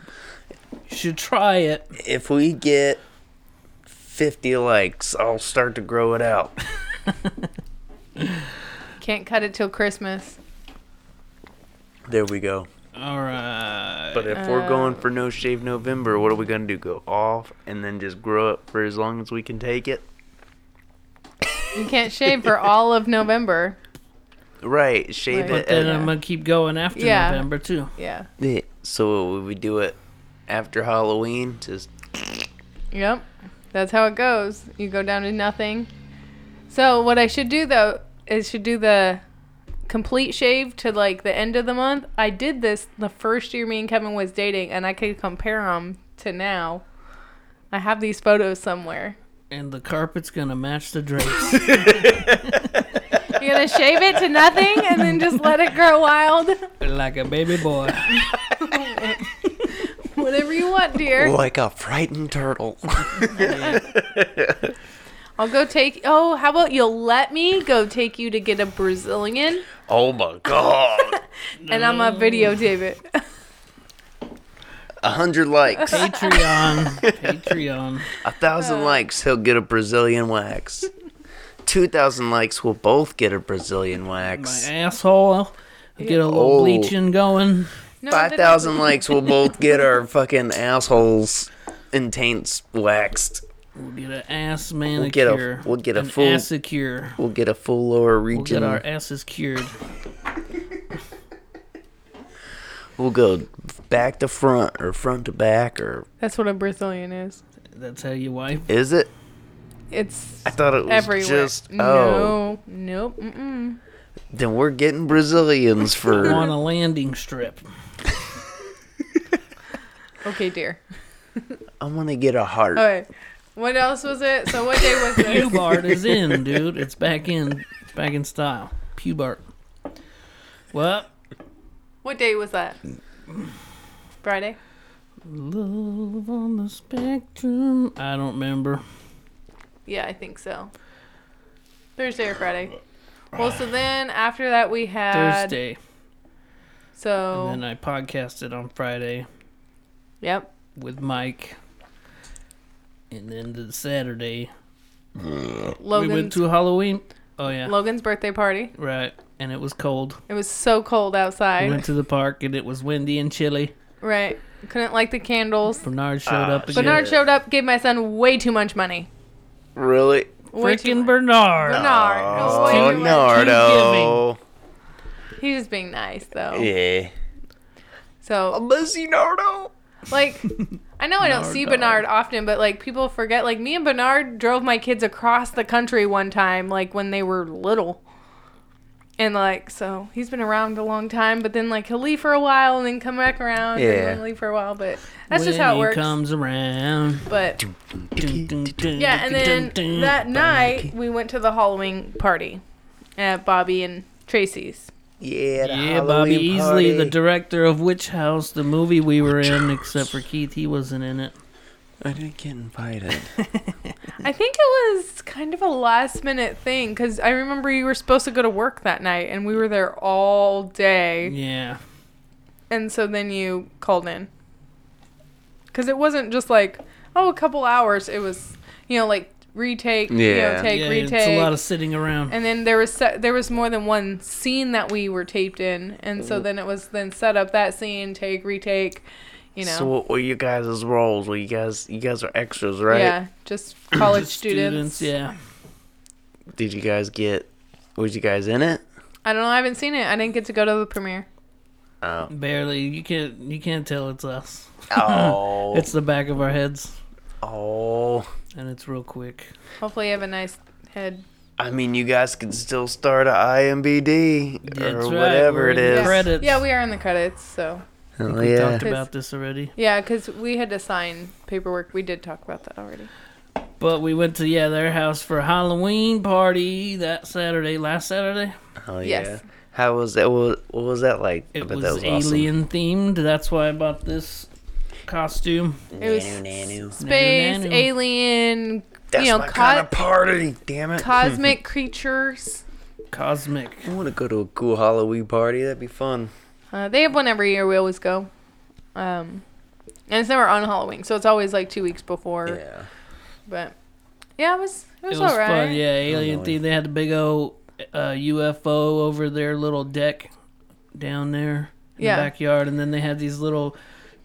A: You should try it.
C: If we get 50 likes, I'll start to grow it out.
B: Can't cut it till Christmas.
C: There we go.
A: All right.
C: But if
B: Uh.
C: we're going for No Shave November, what are we going to do? Go off and then just grow it for as long as we can take it?
B: You can't shave for all of November.
C: Right. Shave
B: Right.
A: But
C: it.
A: then
C: at-
A: I'm gonna keep going after
B: Yeah.
A: November too.
B: Yeah.
C: Yeah. So would we do it after Halloween? Just
B: Yep. That's how it goes. You go down to nothing. So what I should do though is should do the complete shave to like the end of the month. I did this the first year me and Kevin was dating, and I could compare them to now. I have these photos somewhere.
A: And the carpet's gonna match the drapes.
B: You're gonna shave it to nothing and then just let it grow wild,
A: like a baby boy.
B: whatever you want,
A: Er.
B: dear.
C: like a frightened turtle.
B: I'll go take. Oh, how about you'll let me go take you to get a Brazilian,
C: oh my god.
B: and I'm gonna videotape it.
C: A hundred likes,
A: Patreon. Patreon.
C: a thousand
A: Uh.
C: likes, he'll get a Brazilian wax. Two thousand likes, we'll both get a Brazilian
A: My
C: wax.
A: asshole. I get a little
C: Oh.
A: bleaching going.
B: No,
C: Five
B: that-
C: thousand likes, we'll both get our fucking assholes intense waxed.
A: We'll get an ass
C: get a-
A: manicure.
C: we'll get a
A: an
C: full-
A: ass cure.
C: We'll get a full lower
A: We'll get
C: region.
A: our asses cured.
C: we'll go back to front or front to back or
B: That's what a Brazilian is.
A: That's how you wipe.
C: is it?
B: It's
C: I thought it was
B: everywhere.
C: just oh.
B: No, nope. Mm-mm.
C: Then we're getting Brazilians
A: On
C: for
A: a landing strip.
B: Okay, dear.
C: I'm gonna get a heart.
B: Okay. What else was it? So what day was
A: Pew
B: this?
A: Bart is in, dude. It's back in. It's back in style. Pew Bart. What?
B: what day was that? Friday.
A: Love on the spectrum. I don't remember.
B: Yeah, I think so. Thursday or Friday. Well, so then after that we had
A: Thursday.
B: so
A: And then I podcasted on Friday
B: yep.
A: with Mike. And then the Saturday we
B: Logan's
A: went to Halloween. Oh yeah,
B: Logan's birthday party.
A: right. And it was cold.
B: It was so cold
A: We
B: outside.
A: went to the park and it was windy and chilly.
B: right. Couldn't light the candles.
A: Bernard showed
C: Ah,
A: up again.
B: Uh, Bernard showed up, gave my son way too much money.
C: Really?
B: Way too
A: Freaking
B: much.
A: Bernard!
B: Bernard.
C: Oh,
B: way too much.
C: Nardo.
B: He's just being nice though.
C: Yeah.
B: So
C: Lizzie Nardo.
B: like I know I don't see
A: Bernard.
B: Bernard often, but like people forget like me and Bernard drove my kids across the country one time, like when they were little. And like so he's been around a long time, but then like he'll leave for a while and then come back around
C: Yeah.
B: and then leave for a while, but that's
A: when
B: just how it
A: he
B: works.
A: comes around.
B: But
A: Dun, dun, dun,
B: yeah, and
A: dun,
B: then
A: dun, dun.
B: that night we went to the Halloween party at Bobby and Tracy's.
C: Yeah. The
A: Yeah, Bobby
C: Halloween
A: Easley, the
C: party.
A: director of Witch House, the movie we were in, except for Keith, he wasn't in it.
C: I didn't get invited.
B: I think it was kind of a last minute thing because I remember you were supposed to go to work that night and we were there all day.
A: Yeah.
B: And so then you called in. Because it wasn't just like, oh, a couple hours. It was, you know, like retake, you
C: Yeah.
B: know, take,
A: yeah,
B: retake.
A: it's a lot of sitting around.
B: and then there was se- there was more than one scene that we were taped in, and so then it was then set up that scene, take, retake, you know.
C: So what were you guys' roles? Well, you guys, you guys are extras, right?
B: Yeah, just college
A: Just
B: students.
A: Yeah.
C: Did you guys get? Was you guys in it?
B: I don't know. I haven't seen it. I didn't get to go to the premiere.
C: Oh,
A: Barely. You can't. You can't tell it's us.
C: oh,
A: It's the back of our heads,
C: oh.
A: and it's real quick.
B: Hopefully, you have a nice head.
C: I mean, you guys can still start a IMBD
A: That's
C: or
A: right, we're
C: whatever it
A: in
C: is.
A: the Credits.
B: Yeah, we are in the credits. So
C: Hell
A: We
C: yeah.
A: talked about this already,
B: yeah, because we had to sign paperwork. We did talk about that already.
A: but we went to yeah their house for a Halloween party that Saturday, last Saturday.
C: Hell Oh, yeah.
B: Yes.
C: How was that? What, what was that like?
A: It was, alien themed. That's why I bought this costume.
C: awesome.
B: It was
C: Nanu, nanu.
B: space,
A: Nanu, nanu.
B: alien,
C: That's
B: you know,
C: my
B: co-
C: kind of party. Damn it.
B: cosmic creatures.
A: Cosmic.
C: I want to go to a cool Halloween party. That'd be fun.
B: Uh, they have one every year. We always go. Um, and it's never on Halloween, so it's always like two weeks before.
C: Yeah.
B: But yeah, it was it was,
A: it was
B: alright.
A: fun. Yeah, alien
C: Annoying.
A: theme. They had the big old uh, UFO over their little deck down there in
B: Yeah.
A: the backyard, and then they had these little,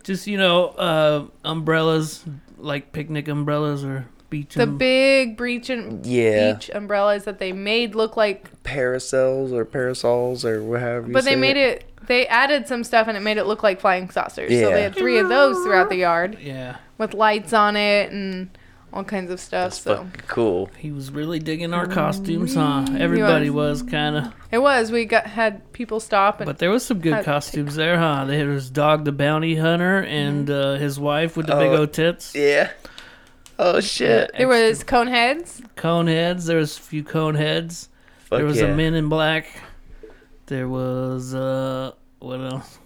A: just you know, uh, umbrellas like picnic umbrellas or beach.
B: The
A: um-
B: big breach and
C: Yeah.
B: beach umbrellas that they made look like,
C: Parasols or parasols or whatever. you
B: but they
C: say
B: made it. They added some stuff and it made it look like flying saucers. So
C: Yeah.
B: they had three of those throughout the yard
A: yeah,
B: with liits on it and all kinds of stuff.
C: That's
B: so
C: fucking cool.
A: he was really digging our costumes, huh? Everybody was kind of,
B: it was. We got had people stop and
A: but there was some
B: Had
A: good
B: to Mm-hmm.
A: costumes there, huh? There was Dog the Bounty Hunter and uh, his wife with the big
C: Oh,
A: old tits,
C: Yeah. Oh shit.
B: there was cone heads.
A: cone heads. There was a few cone heads.
C: Fuck
A: there was
C: yeah.
A: a Men in Black. There was uh, what else?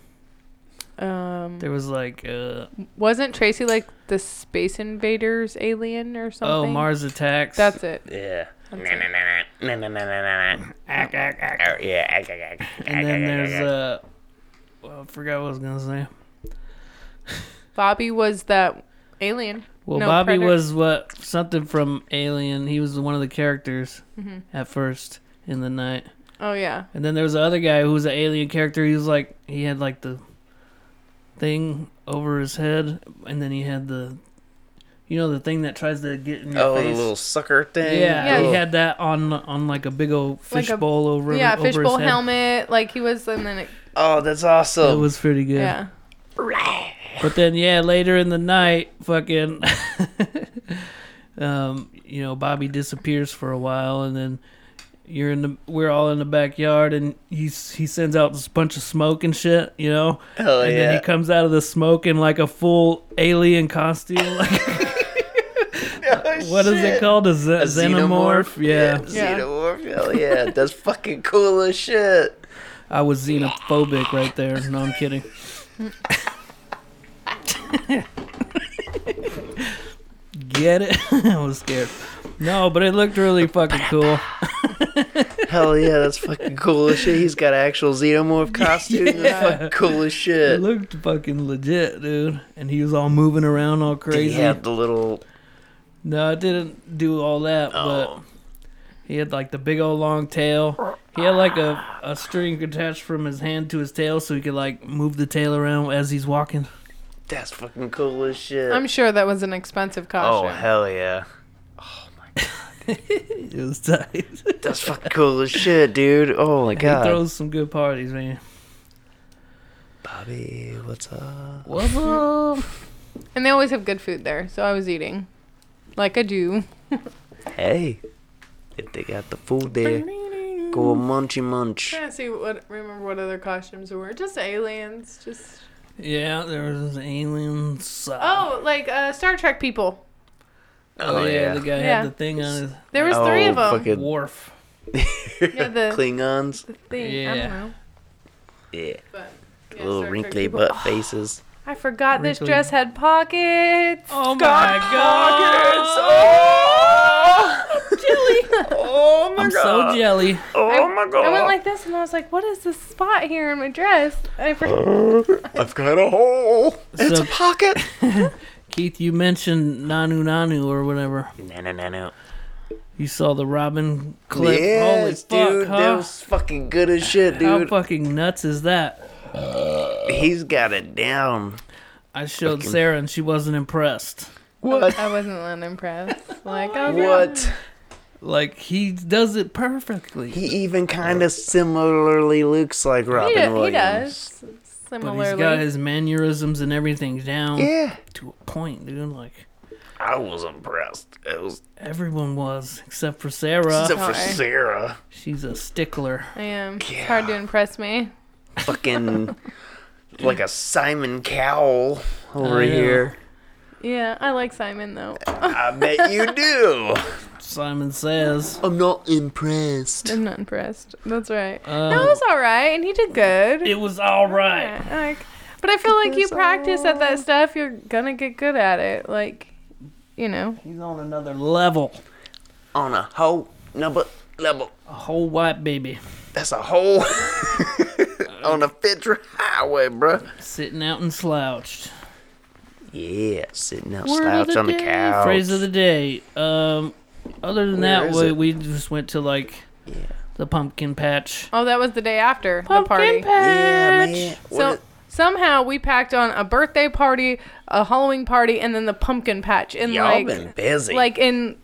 B: Um,
A: There was like uh,
B: wasn't Tracy like the Space Invaders alien or something?
A: oh Mars Attacks.
B: That's it.
C: Yeah.
B: That's it.
C: Na na na na na.
A: Ack, ack, ack.
C: Oh, Yeah. ag, ag, ag,
A: and
C: ag,
A: then
C: ag, ag,
A: there's
C: ag.
A: uh, well, I forgot what I was gonna say.
B: Bobby was that alien.
A: Well,
B: No,
A: Bobby
B: Predator.
A: was what something from Alien. He was one of the characters
B: Mm-hmm.
A: at first in the night,
B: Oh yeah.
A: and then there was the other guy who was an alien character. He was like he had like the thing over his head, and then he had the. You know the thing that tries to get in your
C: Oh, the
A: face.
C: little sucker thing. Oh.
A: Yeah,
B: Yeah.
A: he had that on on like a big old
B: Like a-
A: fishbowl over
B: yeah,
A: over his
B: fishbowl
A: head.
B: helmet. Like he was, and then it,
C: Oh, that's
A: It
C: awesome.
A: was pretty good.
B: yeah.
A: But then yeah, later in the night, fucking um, you know, Bobby disappears for a while and then you're in the we're all in the backyard and he's he sends out this bunch of smoke and shit, you know?
C: Hell
A: and
C: yeah.
A: then he comes out of the smoke in like a full alien costume. Like
C: Oh,
A: what is it called? A, ze-
C: A
A: xenomorph? Yeah.
B: Yeah.
C: Xenomorph. Hell yeah. That's fucking cool as shit.
A: I was xenophobic right there. No, I'm kidding. Get it? I was scared. No, but it looked really fucking cool.
C: Hell yeah. That's fucking cool as shit. He's got an actual xenomorph costume. That's fucking cool as
A: It
C: shit.
A: looked fucking legit, dude. And he was all moving around all
C: Did
A: crazy.
C: he have the little?
A: No, it didn't do all that,
C: Oh.
A: but he had like the big old long tail. He had like a, a string attached from his hand to his tail so he could like move the tail around as he's walking.
C: That's fucking cool as shit.
B: I'm sure that was an expensive
C: oh
B: costume.
C: hell yeah.
A: It was tight.
C: That's fucking cool as shit, dude. Oh my
A: He
C: god.
A: throws some good parties, man.
C: Bobby, what's up?
A: What's up?
B: And they always have good food there, so I was eating, like I do.
C: Hey, if they got the food there, go munchy munch.
B: Trying to see what remember what other costumes there were. Just aliens. Just
A: Yeah, there was aliens.
B: oh, like uh, Star Trek people.
A: oh yeah, the guy
B: Yeah.
A: had the thing on his
B: There was three of them.
C: Oh, Fucking
A: wharf.
B: Yeah, the-
C: Klingons.
B: The thing. I
A: Yeah.
B: don't know.
C: Yeah.
B: But, yeah, Star
C: Little
B: Trek
C: wrinkly
B: people. Oh
C: butt faces.
B: I forgot this
A: Wrinkly.
B: dress had pockets.
A: Oh my
C: Oh my
A: I'm so jelly.
C: Oh my
B: I went
C: god.
B: like this, and I was like, "What is this spot here in my dress?" And I forgot.
D: I've got a hole.
C: It's
A: So
C: a pocket.
A: Keith, you mentioned Nanu Nanu or whatever.
C: No, no, no, no.
A: You saw the Robin clip? Holy
C: Yes,
A: fuck,
C: dude, that
A: huh?
C: was fucking good as shit,
A: How
C: dude.
A: fucking nuts is that?
C: He's got it down.
A: I showed Sarah and she wasn't impressed.
C: What?
B: I wasn't that impressed. Like, oh,
C: What?
A: Like he does it perfectly.
C: He even kind of similarly looks like
B: God.
C: Robin
B: He, do- he
C: Williams.
B: does.
A: but
B: Similarly.
A: he's got his mannerisms and everything down
C: Yeah,
A: to a point, dude. Like
C: I was impressed. It was
A: everyone was, except for Sarah.
C: except for
B: Sorry.
C: Sarah.
A: She's a stickler.
B: I am. It's
C: Yeah.
B: hard to impress me.
C: Fucking like a Simon Cowell over
A: I know.
C: here.
B: Yeah, I like Simon though.
C: I bet you do.
A: Simon says.
C: I'm not impressed.
B: I'm not impressed. That's right.
C: Um,
A: Uh,
B: no, it was all right, and he did good.
A: It was all right.
B: Yeah, like, but I feel like you practice at that stuff, you're gonna get good at it. Like, you know.
A: He's on another level.
C: On a whole number level.
A: A whole white baby
C: That's a whole on a federal highway, bruh.
A: sitting out and slouched.
C: Yeah, sitting out
A: Word of
C: slouch on the
A: day.
C: couch.
A: Phrase of the day. Um, other than
C: Where
A: that,
C: is
A: we,
C: it?
A: we just went to like the pumpkin patch.
B: Oh, that was the day after the party.
C: yeah, man.
B: So
C: What
B: somehow we packed on a birthday party, a Halloween party, and then the pumpkin patch in
C: y'all
B: like
C: been busy.
B: like in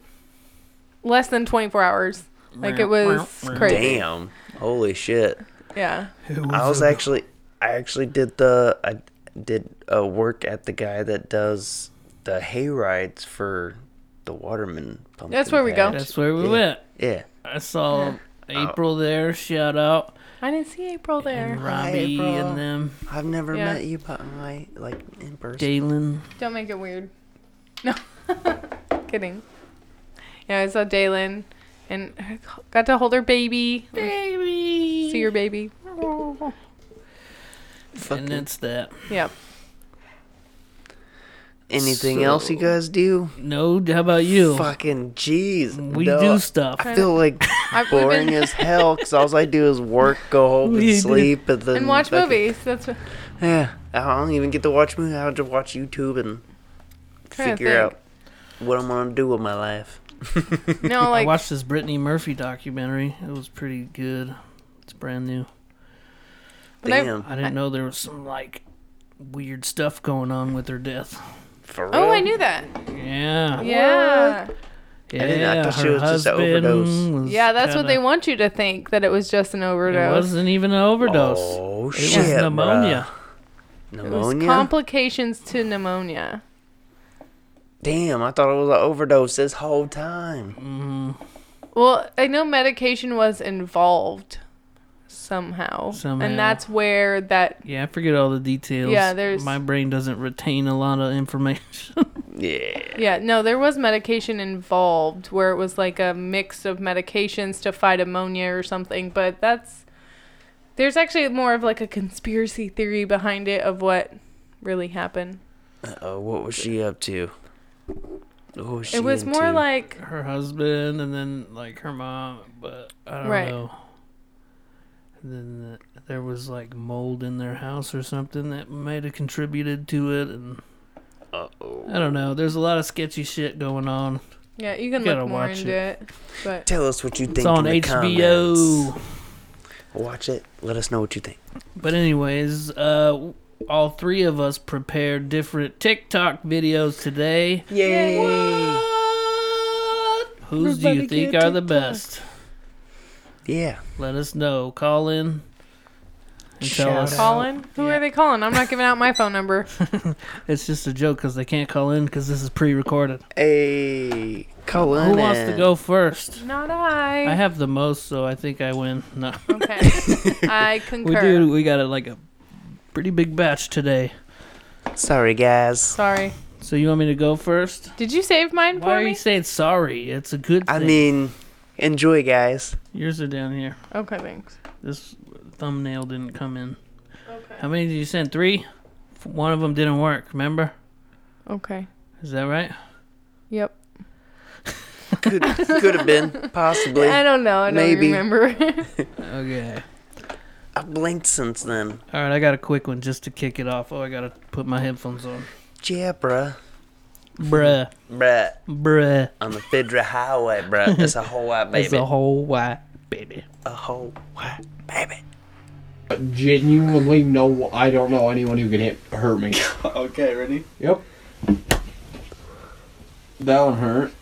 B: less than 24 hours. Like it was crazy.
C: damn, holy shit.
B: Yeah.
C: I was actually, I actually did the, I did uh, work at the guy that does the hay rides for the Waterman. Pumpkin
B: That's where we go.
C: Patch.
A: That's where we
C: Yeah.
A: went.
C: Yeah.
A: I saw April there. Shout out
B: I didn't see April there.
A: Robbie
C: April.
A: and them.
C: I've never
B: Yeah.
C: met you, but I like in person.
A: Dalen.
B: Don't make it weird. No. Kidding. Yeah, I saw Daylin and I got to hold her baby.
A: Baby.
B: See your baby.
A: And
C: Fucking
A: that's that.
B: Yep.
C: anything else you guys do?
A: No, how about you?
C: Fucking jeez.
A: We
C: No,
A: do stuff.
C: I feel like
B: I've we've
C: boring
B: been-
C: as hell because all I do is work, go home,
A: We
C: and
A: do.
C: sleep, and then
B: and watch
C: fucking-
B: movies. That's what
C: Yeah, I don't even get to watch movies. I just watch YouTube and
B: Trying to
C: figure
B: think.
C: out what I'm gonna do with my life.
B: no
A: I
B: like
A: watched this Brittany Murphy documentary. It was pretty good. It's brand new.
B: But I-
C: Damn,
A: I didn't know there was some like weird stuff going on with her death.
C: for real.
B: Oh, I knew that.
A: Yeah.
B: Yeah.
A: Yeah.
C: didn't- I thought she
A: her
C: was just a
A: husband
C: overdose.
A: was
B: Yeah, that's what
A: kinda-
B: they want you to think that it was just an
A: It
B: overdose.
A: wasn't even an overdose.
C: Oh
A: it
C: shit,
A: was pneumonia.
C: bruh.
B: It was
C: Pneumonia.
B: complications to pneumonia.
C: Damn, I thought it was an overdose this whole time.
A: Mm-hmm.
B: Well, I know medication was involved somehow.
A: Somehow.
B: And that's where that
A: Yeah, I forget all the details.
B: Yeah, there's-
A: my brain doesn't retain a lot of information.
C: Yeah.
B: Yeah, no, there was medication involved where it was like a mix of medications to fight ammonia or something, but that's there's actually more of like a conspiracy theory behind it of what really happened.
C: Oh, what was she up to? What was she
B: it was more
C: into?
B: like
A: her husband and then like her mom, but I don't
B: Right.
A: know. And then the, there was like mold in their house or something that might have contributed to it, and
C: Uh-oh.
A: I don't know. There's a lot of sketchy shit going on.
B: yeah, you can
A: You gotta
B: look more
A: watch
B: into it. But
C: Tell us what you think.
A: It's on
C: in the
A: HBO.
C: Comments. Watch it. Let us know what you think.
A: But anyways, uh, all three of us prepared different TikTok videos today.
C: Yay!
A: Whose do you
C: Everybody
A: think
C: get
A: are the
C: TikTok.
A: best?
C: Yeah.
A: Let us know. Call in and tell
C: Shout
A: us.
C: out.
B: Colin? Who
A: Yeah.
B: are they calling? I'm not giving out my phone number.
A: It's just a joke because they can't call in because this is pre-recorded.
C: Hey, Colin.
A: Who wants to go first?
B: Not
A: I
B: I.
A: have the most, so I think I win. No,
B: okay. I
A: we
B: concur.
A: do. We got a, like a pretty big batch today.
C: Sorry, guys.
B: Sorry.
A: So you want me to go first?
B: Did you save mine
A: Why
B: for
A: are
B: me?
A: you saying sorry? It's a good thing.
C: I mean, enjoy, guys.
A: yours are down here.
B: okay, thanks.
A: This thumbnail didn't come in. How many did you send? Three. F- One of them didn't work. Remember?
B: Okay.
A: Is that right?
B: Yep.
C: Could could have been possibly.
B: I don't know. I don't
C: Maybe.
B: remember.
A: Okay.
C: I blinked since then.
A: All right, I got a quick one just to kick it off. Oh, I gotta put my headphones on.
C: Yeah, bruh.
A: Bruh.
C: bruh.
A: Bruh.
C: On the Fedra Highway, bruh. It's a whole white baby.
A: It's a whole white baby.
C: a whole white baby.
E: Genuinely, no, I don't know anyone who can hit hurt me.
F: Okay, ready?
E: Yep. That one hurt.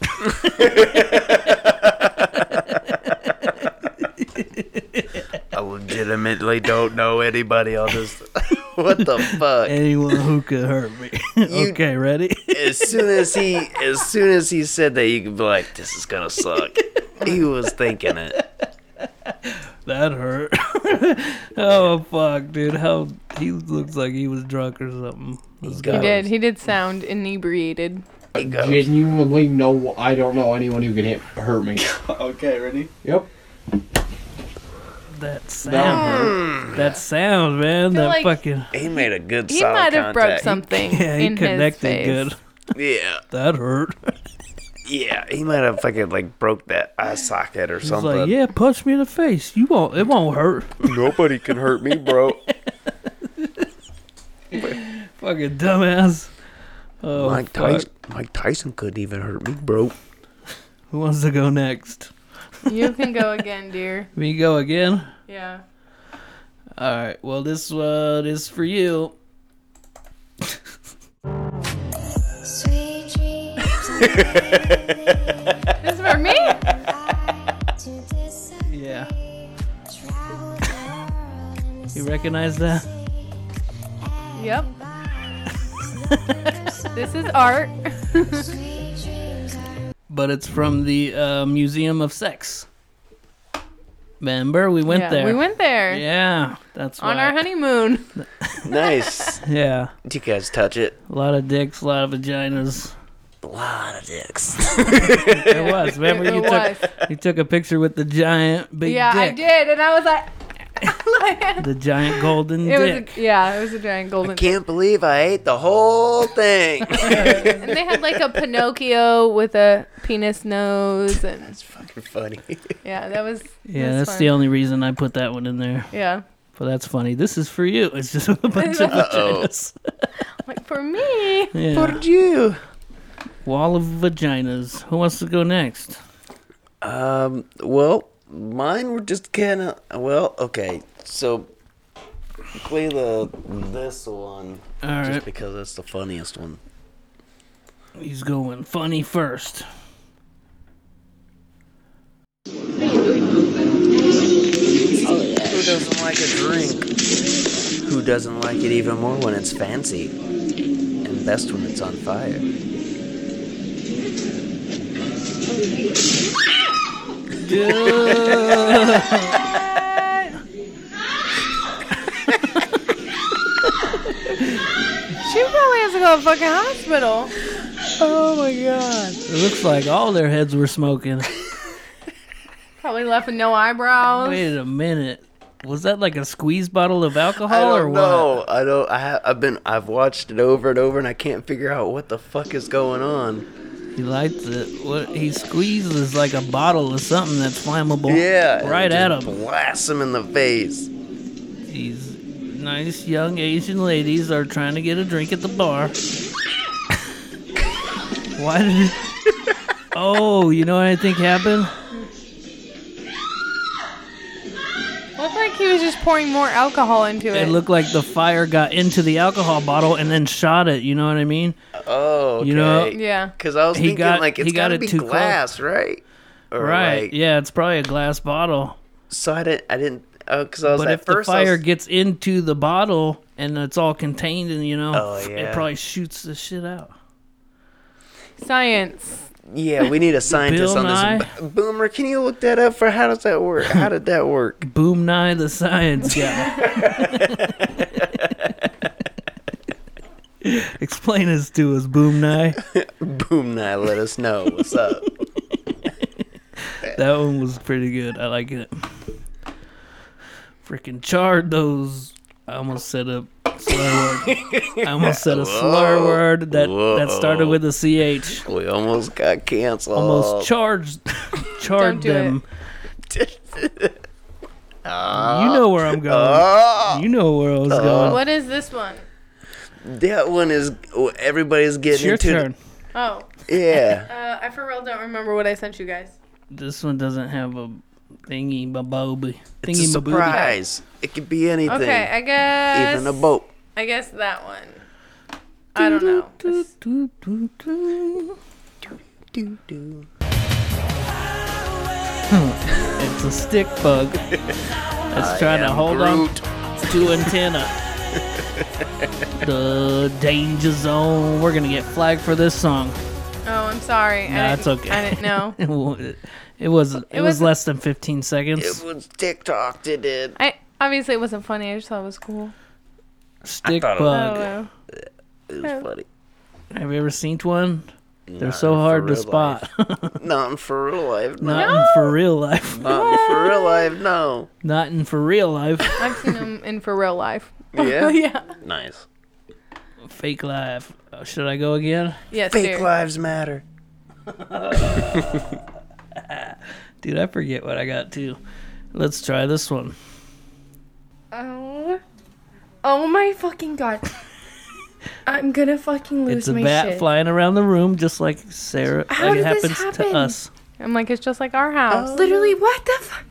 C: I legitimately don't know anybody on this. what the fuck?
A: Anyone who could hurt me. okay, ready?
C: As soon as he, as soon as he said that, you could be like, "This is gonna suck." He was thinking it.
A: that hurt. oh fuck, dude. How he looks like he was drunk or something. This
C: got
B: He
A: guy-
B: did. He did sound inebriated.
C: He goes,
E: Genuinely, no, I don't know anyone who can hit hurt me.
F: Okay, ready?
E: Yep.
A: That
E: That
A: sound.
E: one hurt.
A: That sound, man.
B: feel
A: That
B: like-
A: fucking
C: He made a good
B: He
C: solid
B: might have broke
C: contact.
B: something
A: yeah. He
B: in his
A: connected
B: face.
A: good.
C: Yeah,
A: That hurt.
C: yeah. He might have fucking like broke that eye socket or
A: He's
C: something.
A: like, yeah, punch me in the face. You won't. It won't hurt.
D: Nobody can hurt me, bro.
A: fucking dumbass. Oh,
C: Mike
A: fuck.
C: Tyson, Mike Tyson couldn't even hurt me, bro.
A: Who wants to go next?
B: You can go again, dear.
A: Me go again.
B: Yeah.
A: All right. Well, this one is for you.
G: Sweet dreams
B: This is for me.
G: to disappear.
A: Yeah.
G: Travel the world in the
A: You recognize that?
B: Yep. this is art.
G: sweet dreams are
A: But it's from the uh, Museum of Sex. Remember, we went
B: yeah,
A: there.
B: We went there
A: Yeah, that's
B: on
A: why.
B: our honeymoon.
C: Nice.
A: Yeah,
C: Did you guys touch it?
A: a lot of dicks, a lot of vaginas.
C: A lot of dicks.
A: It was. Remember,
B: It
A: you
B: was.
A: took you took a picture with the giant big
B: yeah, I
A: dick,
B: did, and I was like,
A: the giant golden
B: it
A: dick.
B: was. A, yeah, it was a giant golden.
C: Can't believe I ate the whole thing.
B: And they had like a Pinocchio with a penis nose, and
C: fucking funny.
B: yeah, that was.
A: yeah,
B: that's
A: that's
B: fun.
A: the only reason I put that one in there.
B: Yeah,
A: But that's funny. This is for you. It's just a bunch of
C: Uh-oh.
A: vaginas.
B: like for me.
A: Yeah.
C: you?
A: Wall of vaginas. Who wants to go next?
C: Um. Well, mine were just kind of. Well, okay. So, play the this one
A: All right,
C: just because that's the funniest one.
A: he's going funny first.
C: Who doesn't like a drink? Who doesn't like it even more when it's fancy? And best when it's on fire.
B: She probably has to go to fucking hospital.
A: Oh my god! It looks like all their heads were smoking.
B: Probably left with no eyebrows.
A: Wait a minute. Was that like a squeeze bottle of alcohol
C: I
A: or
C: don't
A: what?
C: know. I don't. I have, I've been. I've watched it over and over, and I can't figure out what the fuck is going on.
A: He lights it. What he squeezes like a bottle of something that's flammable.
C: Yeah. and
A: Right
C: just
A: at him.
C: Blast him in the face.
A: These nice young Asian ladies are trying to get a drink at the bar. Why did it Oh, you know what I think happened?
B: Looked like he was just pouring more alcohol into it.
A: It looked like the fire got into the alcohol bottle and then shot it, you know what I mean?
C: Oh. Okay.
A: You know-
B: yeah.
C: Because I was
A: He
C: thinking
A: got-
C: like it's
A: he got
C: gotta
A: it
C: be
A: too close.
C: glass, right? Or,
A: Right.
C: like-
A: Yeah, it's probably a glass bottle.
C: So I didn't. I didn't. Oh, because I was
A: But
C: at
A: if the
C: first. I
A: fire
C: was-
A: gets into the bottle and it's all contained and you know,
C: Oh,
A: it
C: yeah.
A: probably shoots the shit out.
B: Science.
C: yeah, we need a scientist
A: Bill
C: on this.
A: Nye?
C: B- Boomer, can you look that up for how does that work? How did that work?
A: Boom Nye the Science Guy. Explain this to us, Boom Nye.
C: Boom! Now let us know what's up.
A: That one was pretty good. I like it. Freaking charred those. I almost said a slur word. I almost said a slur word that, that started with a CH.
C: we almost got canceled.
A: Almost charged, charred
B: Don't do
A: them. you know where I'm going.
C: Oh. Uh,
A: you know where I was going.
B: What is this one?
C: That one is everybody's
A: It's
C: getting
A: your
C: into.
A: turn.
B: Oh,
C: Yeah.
B: uh, I for real don't remember what I sent you guys.
A: This one doesn't have a thingy baboby.
C: It's a
A: Thingy baboby.
C: surprise. It could be anything.
B: Okay, I guess.
C: Even a boat.
B: I guess that one. I don't know. This-
C: Doo doo.
A: It's a stick bug. It's trying to hold on to antenna. the danger zone. We're gonna get flagged for this song.
B: Oh, I'm sorry.
A: No,
B: I
A: it's
B: didn't-
A: okay.
B: I didn't know.
A: It wa- it was it, was
B: wasn't-
A: less than 15
C: It
A: seconds.
C: was TikTok did it.
B: I obviously it wasn't funny. I just thought it was cool. Oh,
A: Stick
C: I thought it
B: I
A: bug.
B: don't know.
C: It was funny.
A: Have you ever seen one? They're
C: Nah,
A: so
C: for
A: hard to
C: real life.
A: spot.
C: Not for real life. No.
A: Not in for real life.
C: Not for real life. No.
A: Not in for real life.
B: I've seen them in for real life.
C: Yeah?
B: Oh, yeah.
C: Nice.
A: Fake life. Uh, should I go again?
B: Yes.
C: Fake
B: dude.
C: lives matter.
A: Dude, I forget what I got too. Let's try this one.
H: Oh. Oh my fucking god. I'm gonna fucking lose
A: It's a
H: my
A: bat
H: shit.
A: flying around the room just like Sarah
H: How
A: like it
H: did this
A: happens
H: happen?
A: to us.
B: I'm like it's just like our house.
C: Oh.
H: Literally, what the fuck?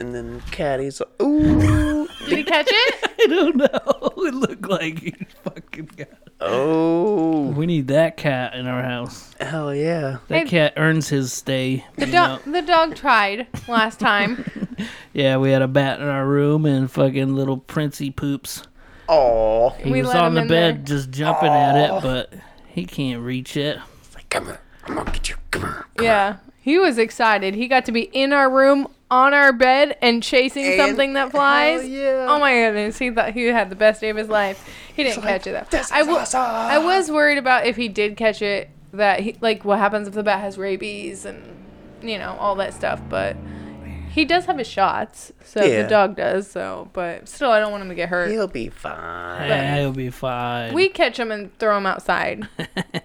C: And then Caddy's like, ooh.
B: Did you catch it?
A: I don't know. It looked like you fucking got. it.
C: oh.
A: We need that cat in our house.
C: Hell yeah.
A: That
B: Hey.
A: cat earns his stay.
B: The
A: you
B: dog.
A: know.
B: The dog tried last time.
A: Yeah, we had a bat in our room and fucking little Princey poops.
C: Oh.
A: He
B: We
A: was
B: let
A: on
B: him
A: the
B: in
A: bed just jumping at it, but he can't reach it.
C: Like, come here. I'm gonna get you. Come here.
B: Yeah. He was excited. He got to be in our room on our bed and chasing something that flies.
C: yeah.
B: Oh my goodness. He thought he had the best day of his life. He didn't catch it though. I wa- I was worried about if he did catch it that he like what happens if the bat has rabies and you know, all that stuff, but he does have his shots, so
C: Yeah.
B: the dog does. So, but still, I don't want him to get hurt.
C: He'll be fine.
A: Yeah, he'll be fine.
B: We catch him and throw him outside,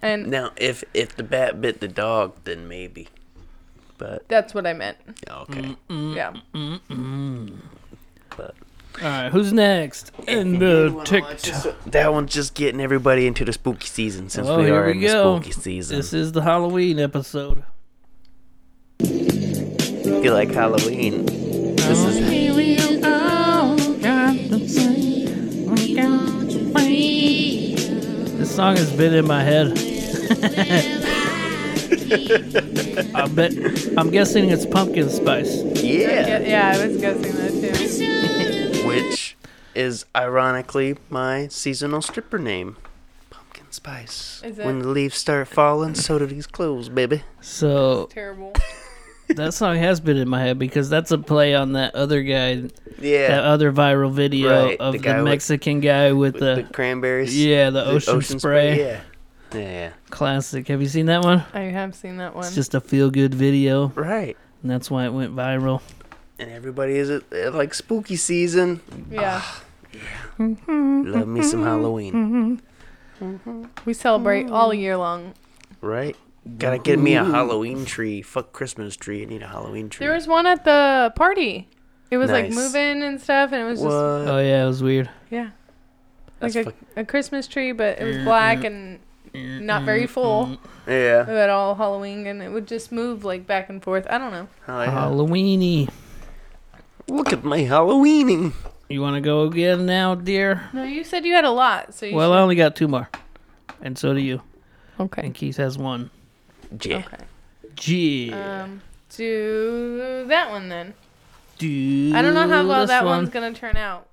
B: and
C: Now, if if the bat bit the dog, then maybe. But
B: that's what I meant.
C: okay.
A: Mm,
B: Yeah.
C: But
A: All right, who's next in the TikTok?
C: So that one's just getting everybody into the spooky season since
A: Oh,
C: we
A: here
C: are
A: we
C: in
A: go.
C: the spooky season.
A: This is the Halloween episode.
C: you like Halloween? This is
A: This song has been in my head. I bet. I'm guessing it's pumpkin spice.
C: yeah,
B: Yeah, yeah, I was guessing that too.
C: which is ironically my seasonal stripper name, Pumpkin Spice.
B: Is
C: When
B: it-
C: the leaves start falling, so do these clothes, baby.
A: So
B: Terrible.
A: that song has been in my head because that's a play on that other guy,
C: Yeah,
A: that other viral video
C: Right,
A: of
C: the
A: the,
C: guy with-
A: Mexican guy with,
C: with
A: the,
C: the cranberries.
A: yeah the, ocean, spray,
C: Yeah, yeah, yeah.
A: classic. Have you seen that one?
B: I have seen that one.
A: It's just a feel good video,
C: right.
A: and that's why it went viral.
C: And everybody is at, at, like spooky season.
B: yeah.
C: Love me some Halloween,
B: We celebrate all year long.
C: right? Gotta get me a Halloween tree. Fuck Christmas tree. I need a Halloween tree.
B: There was one at the party. It was like
C: Nice.
B: moving and stuff, and it was
C: what?
A: Oh yeah, it was weird.
B: just yeah,
C: That's
B: like a,
C: fuck-
B: a Christmas tree, but it was black and not very full
C: yeah.
B: at all Halloween, and it would just move like back and forth. I don't know.
C: Oh, yeah.
A: Halloweeny.
C: Look at my Halloweening.
A: You want to go again now, dear?
B: No, you said you had a lot, so you
A: Well, I only got two more, and so do you.
B: should- okay.
A: And Keith has one.
C: Yeah.
A: Gee,
B: Um, do that one then.
A: dude.
B: I don't know how well
A: this
B: that
A: one.
B: one's gonna turn out.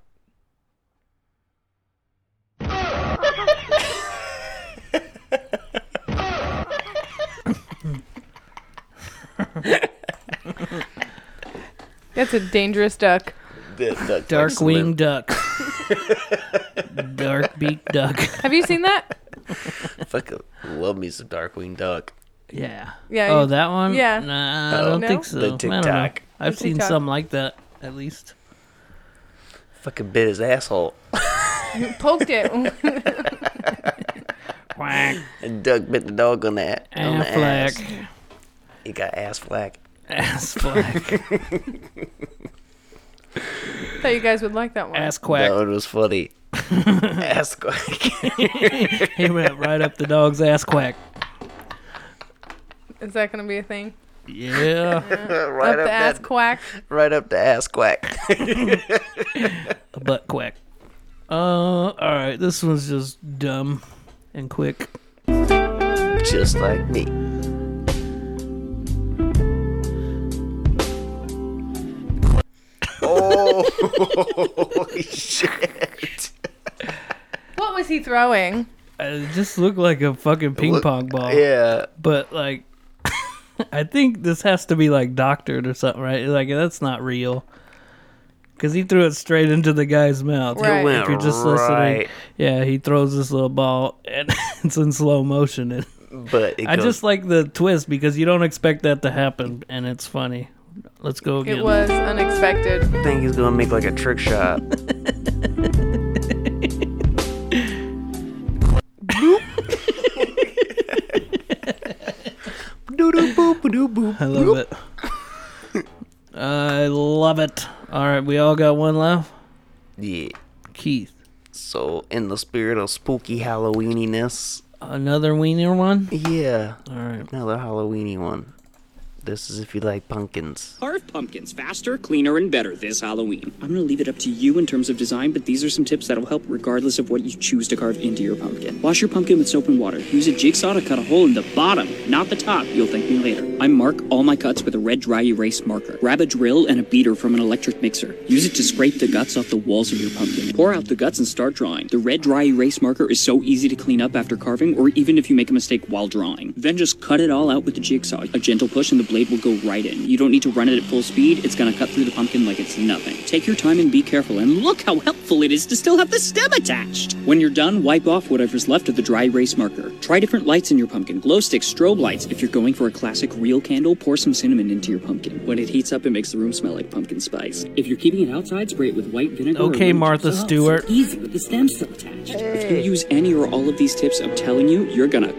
B: That's a dangerous duck.
A: Dark winged duck. Dark beak duck.
B: Have you seen that?
C: Fuck, love me some Darkwing Duck.
A: Yeah.
B: Yeah.
A: Oh,
B: you-
A: that one?
B: Yeah.
A: Nah, I don't
B: No?
A: think so.
C: Uh, The
A: I don't know.
C: TikTok.
A: I've seen
B: TikTok.
A: some like that, at least.
C: Fucking bit his asshole.
B: poked it.
A: Quack.
C: And Duck bit the dog on that. On the ass.
A: Affleck.
C: He got ass flack.
A: Ass flack.
B: Thought you guys would like that one.
A: Ass
C: That
A: quack.
C: one was funny. ass quack.
A: He went right up the dog's ass quack.
B: Is that gonna be a thing?
A: Yeah.
C: right
B: up the ass
C: that,
B: quack.
C: right up the ass quack.
A: a butt quack. Uh, all right. This one's just dumb and quick.
C: Just like me. Oh, holy shit.
B: What was he throwing?
A: Uh, It just looked like a fucking ping
C: Look-
A: pong ball.
C: Yeah.
A: But like, I think this has to be like doctored or something, right? Like that's not real. Cause he threw it straight into the guy's mouth.
B: It Right.
C: went
A: If you're just
C: right,
A: listening, yeah, he throws this little ball and it's in slow motion. And
C: but it
A: I
C: goes
A: just like the twist because you don't expect that to happen, and it's funny. Let's go again.
B: It was unexpected.
C: think he's gonna make like a trick shot.
A: I love it. I love it. All right, we all got one left.
C: Yeah.
A: Keith,
C: So in the spirit of spooky Halloweeniness,
A: another wiener one.
C: yeah,
A: All right.
C: another Halloweeny one. This is if you like pumpkins.
I: Carve pumpkins faster, cleaner, and better this Halloween. I'm going to leave it up to you in terms of design, but these are some tips that'll help regardless of what you choose to carve into your pumpkin. Wash your pumpkin with soap and water. Use a jigsaw to cut a hole in the bottom, not the top. You'll thank me later. I mark all my cuts with a red dry erase marker. Grab a drill and a beater from an electric mixer. Use it to scrape the guts off the walls of your pumpkin. Pour out the guts and start drawing. The red dry erase marker is so easy to clean up after carving, or even if you make a mistake while drawing. Then just cut it all out with the jigsaw. A gentle push and the blade will go right in. You don't need to run it at full speed, it's gonna cut through the pumpkin like it's nothing. Take your time and be careful, and look how helpful it is to still have the stem attached! When you're done, wipe off whatever's left of the dry erase marker. Try different lights in your pumpkin glow sticks, strobe lights. If you're going for a classic real candle, pour some cinnamon into your pumpkin. When it heats up, it makes the room smell like pumpkin spice. If you're keeping it outside, spray it with white vinegar. or
A: Okay,
I: lemon
A: Martha
I: juice. Oh,
A: Stewart.
I: Easy with the stem still attached. If you use any or all of these tips, I'm telling you, you're gonna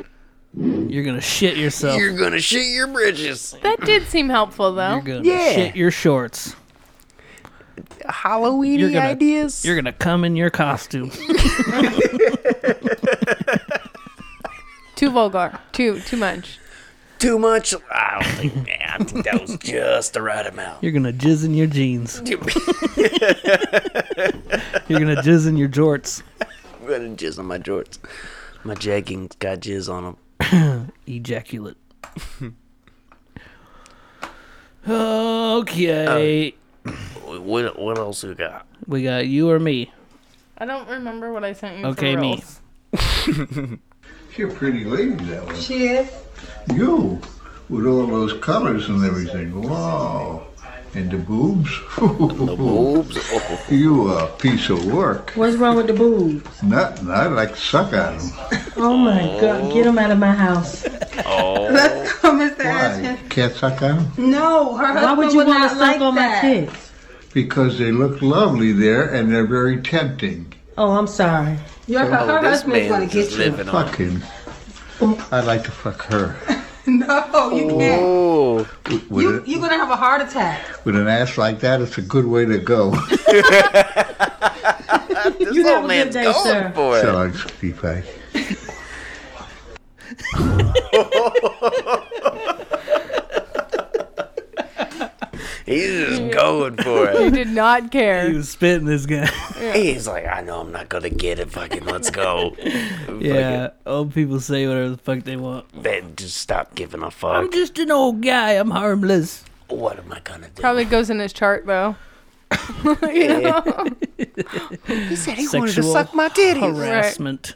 A: You're gonna shit yourself. You're,
C: You're gonna shit your bridges.
B: That did seem helpful though.
A: gonna
C: Yeah.
A: shit your shorts.
C: Halloweeny
A: You're gonna-
C: ideas.
A: You're gonna come in your costume.
B: Too vulgar. Too too much.
C: too much. I don't think. Nah, I think that was just the right amount.
A: You're gonna jizz in your jeans. You're gonna jizz in your jorts.
C: I'm gonna jizz on my jorts. My jeggings got jizz on them.
A: Ejaculate. okay.
C: What, what else we got?
A: we got you or me.
B: I don't remember what I sent you.
A: Okay,
B: for
A: me.
B: reals.
J: She's a pretty lady, that one.
G: She is.
J: You, with all those colors and everything. Wow. And the boobs.
C: Boobs. Oh,
J: you a piece of work.
K: What's wrong with the boobs?
J: Nothing. I like to suck on them.
K: Oh my god, get them out of my house.
I: Oh.
G: Let's go, Mr.
J: Why?
G: Ashton.
J: Can't suck on them?
G: No, her husband
K: Why would you
G: would
K: want to
G: not
K: suck
G: like
K: on my
G: that.
K: tits?
J: Because they look lovely there and they're very tempting.
K: Oh, I'm sorry.
G: Your, her
C: oh, this
G: husband's gonna
C: man's
G: get
C: just
G: you.
C: living on.
J: Fuck him. I like to fuck her.
G: No, you can't.
C: Oh,
J: With,
G: You,
J: a-
G: you're gonna have a heart attack.
J: with an ass like that, it's a good way to go.
C: this
K: You have
C: old
K: a good
C: man's
K: day,
C: going
K: sir.
C: for it.
J: so I'm sleepy.
C: He's just going for
B: He
C: it.
B: did not
A: He
B: care.
A: was spitting this guy.
C: He's like, I know I'm not gonna get it. Fucking let's go.
A: yeah, old people say whatever the fuck they want.
C: Fucking- Then just stop giving a
A: I'm
C: fuck.
A: just an old guy. I'm harmless.
C: What am I gonna do?
B: Probably goes in his chart though. You know?
C: he said he
A: Sexual
C: my titties.
A: Harassment.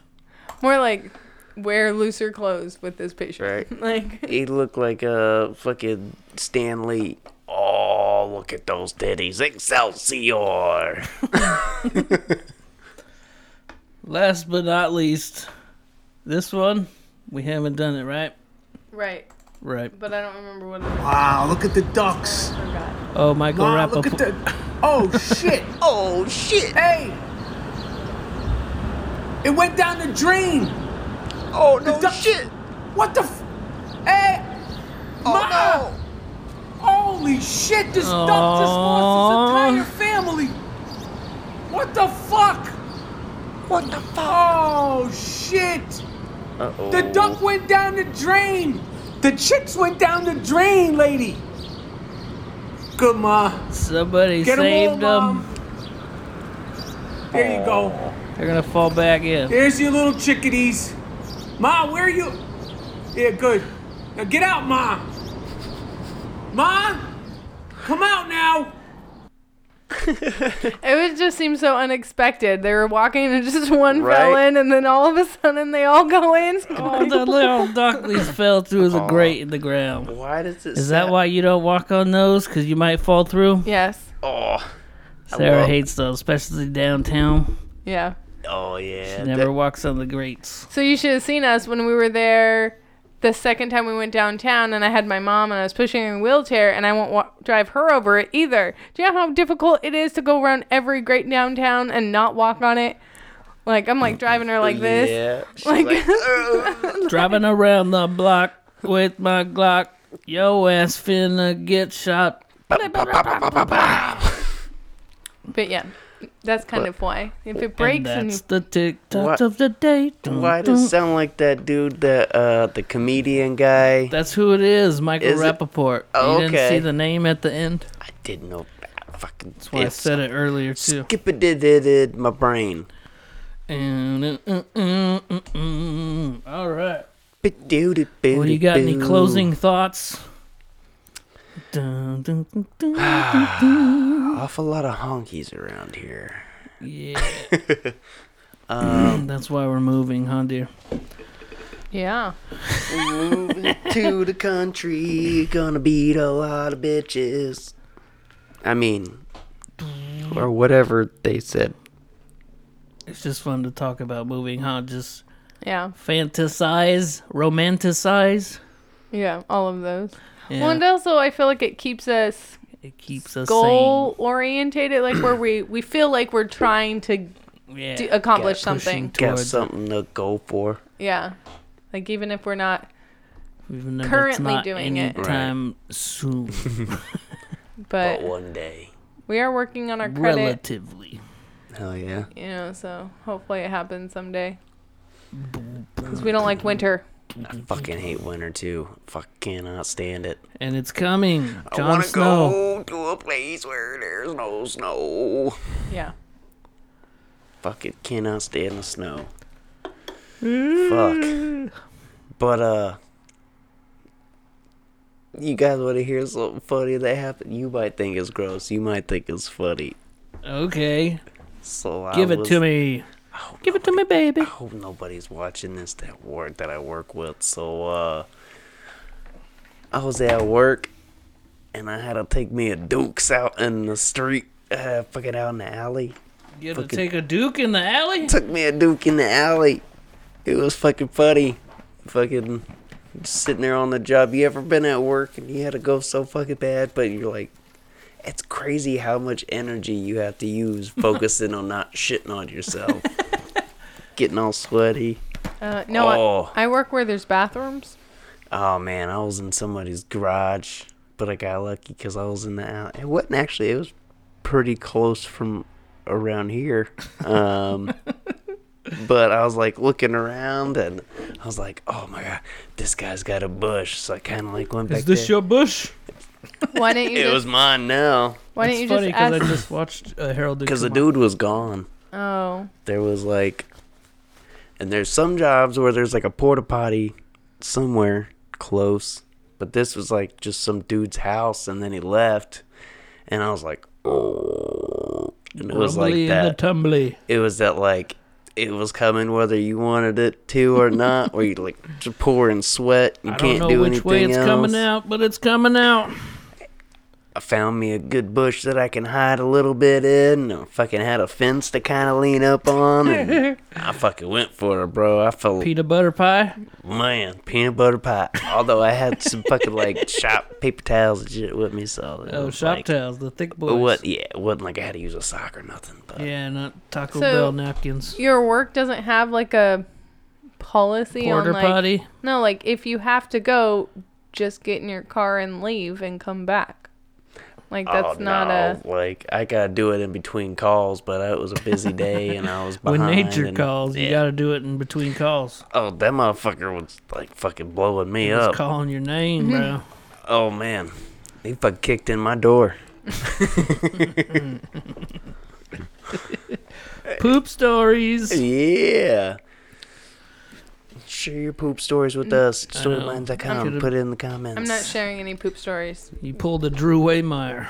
B: More like wear looser clothes with this patient.
C: Right.
B: Like
C: He looked like a fucking Stanley. Oh, look at those titties, Excelsior!
A: Last but not least, this one we haven't done it right.
B: right.
A: Right.
B: But I don't remember what it was.
I: Wow, look at the ducks.
A: Oh, Michael Rapaport.
I: Oh, shit.
C: Oh shit!
I: Hey! It went down the drain!
C: Oh no
I: duck-
C: shit!
I: What the f- Hey!
C: Oh
I: Ma!
C: no!
I: Holy shit, this duck just lost his entire family! What the fuck?
C: What the fuck?
I: Oh shit!
C: Uh-oh.
I: The duck went down the drain!
L: The chicks went down the drain, lady. Good ma.
A: Somebody
L: Get 'em all,
A: saved them.
L: There you go.
A: They're gonna fall back in.
L: There's your little chickadees. Ma, where are you? Yeah, good. Now get out, ma. Ma, come out now.
B: It would just seem so unexpected. They were walking and just one fell
A: Right.
B: in, and then all of a sudden they all go in.
A: Oh, the little ducklies fell through the grate in the ground.
C: Why does it?
A: Is that why you don't walk on those? Because you might fall through?
B: Yes.
C: Oh. I
A: Sarah
C: love-
A: hates those, especially downtown.
B: Yeah.
C: Oh yeah.
A: She never walks on the grates.
B: So you should have seen us when we were there the second time we went downtown, and I had my mom, and I was pushing her in a wheelchair, and I won't wa- drive her over it either. Do you know how difficult it is to go around every great downtown and not walk on it? Like I'm like driving her like this.
A: Yeah,
B: Like,
A: Driving around the block with my Glock. Yo ass finna get shot.
B: but yeah, that's kind of why. If it breaks and,
A: and
B: you
A: that's the tick tock
C: What-
A: of the day. Dun,
C: Why does
A: dun.
C: it sound like that dude, that uh, the comedian guy?
A: That's who it is, Michael
C: Is it-
A: Rappaport.
C: Oh,
A: You didn't see
C: okay.
A: the name at the end?
C: I didn't know. I fucking. That's
A: why I said it earlier too.
C: Skip it, did it, did my brain.
A: All right.
C: Well,
A: Well, you got any closing thoughts? Dun, dun, dun, dun, dun, dun.
C: Awful lot of honkies around here.
A: Yeah.
C: Um,
A: That's why we're moving, huh, dear?
B: yeah.
C: to the country, gonna beat a lot of bitches. I mean, or whatever they said.
A: It's just fun to talk about moving, huh? Just
B: yeah,
A: fantasize, romanticize.
B: yeah, all of those.
A: Yeah.
B: Well, and also I feel like it keeps us
A: It keeps us
B: goal orientated, like where we we feel like we're trying to
A: Yeah.
B: do, accomplish
A: Gotta push
B: something.
C: Got something to go for.
B: Yeah, like even if we're not,
A: sane, even though that's
B: currently
A: not
B: doing it.
A: anytime soon.
B: but
C: one day,
B: we are working on our credit.
A: relatively.
C: Hell yeah.
B: You know, so hopefully it happens someday. Because we don't like winter.
C: I fucking hate winter too. Fuck, cannot stand it.
A: And it's coming.
C: I
A: Jon
C: wanna
A: Snow.
C: go to a place where there's no snow.
B: Yeah.
C: Fuck it, cannot stand the snow. Fuck. But uh, you guys want to hear something funny that happened? You might think it's gross. You might think it's funny.
A: Okay.
C: So
A: Give
C: I
A: it
C: was-
A: to me. Give it to me, baby.
C: I hope nobody's watching this that work that I work with. So uh I was at work and I had to take me a dukes out in the street, uh fucking out in the alley.
A: You had to
C: Fucking-
A: take a duke in the alley?
C: Took me a duke in the alley. It was fucking funny. Fucking just sitting there on the job. You ever been at work and you had to go so fucking bad, but you're like it's crazy how much energy you have to use focusing on not shitting on yourself. Getting all sweaty.
B: Uh, no, I-
C: Oh.
B: I, work where there's bathrooms.
C: Oh man, I was in somebody's garage, but I got lucky because I was in the alley. It wasn't actually. It was pretty close from around here. Um, but I was like looking around, and I was like, "Oh my god, this guy's got a bush." So I kind of like went back.
A: Is this
C: there.
A: your bush?
B: Why didn't you
C: It
B: just,
C: was mine now.
B: why didn't
A: It's
B: you
A: funny
B: just ask?
A: because I just watched uh, Harold. and
C: Because the
A: Kumar.
C: dude was gone.
B: Oh,
C: There was like, and there's some jobs where there's like a porta potty somewhere close, but this was like just some dude's house, and then he left, and I was like, oh, and it was
A: Rumbly
C: like
A: in
C: that.
A: the tumbly.
C: it was that like it was coming whether you wanted it to or not, where you like just pouring sweat, you
A: I don't
C: can't
A: know
C: do
A: which
C: anything
A: way it's
C: else. Oh
A: coming out, but it's coming out.
C: I found me a good bush that I can hide a little bit in. And I fucking had a fence to kind of lean up on. And I fucking went for it, bro. I felt
A: Peanut butter pie.
C: man peanut butter pie. Although I had some fucking like shop paper towels and shit with me, so it
A: Oh,
C: was
A: shop
C: like,
A: towels, the thick boys.
C: It was, yeah, it wasn't like I had to use a sock or nothing. But
A: Yeah, not Taco
B: So-
A: Bell napkins.
B: your work doesn't have like a policy
A: Porter
B: on like
A: potty?
B: no, like if you have to go, just get in your car and leave and come back. Like that's
C: Oh,
B: not a.
C: no, like I gotta do it in between calls, but it was a busy day and I was behind.
A: When nature
C: and-
A: calls, you
C: yeah.
A: got to do it in between calls.
C: Oh, that motherfucker was like fucking blowing me
A: It's
C: up.
A: calling your name, bro.
C: Oh man, he fuck kicked in my door.
A: Poop stories.
C: Yeah. Share your poop stories with us.
A: I know. Could've-
C: Storylines.com. Put it in the comments.
B: I'm not sharing any poop stories.
A: You pulled a Drew Waymire.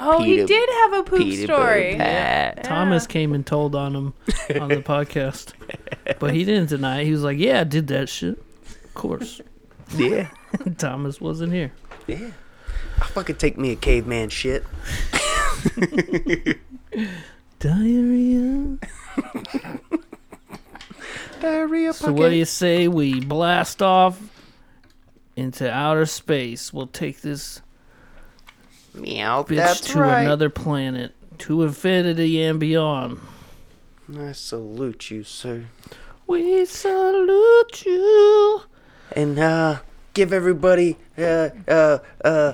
B: Oh, he
C: Peter-
B: did have a poop
C: Peter
B: story.
C: Pan.
A: Thomas came and told on him on the podcast, but he didn't deny it. He was like, "Yeah, I did that shit. Of course."
C: Yeah.
A: Thomas wasn't here.
C: Yeah. I fucking take me a caveman shit.
A: Diarrhea.
C: Diarrhea
A: So what do you say we blast off into outer space? We'll take this
C: Meow.
A: bitch
C: That's
A: to
C: right.
A: another planet, to infinity and beyond.
C: I salute you, sir.
A: We salute you.
C: And uh, give everybody uh, uh, uh,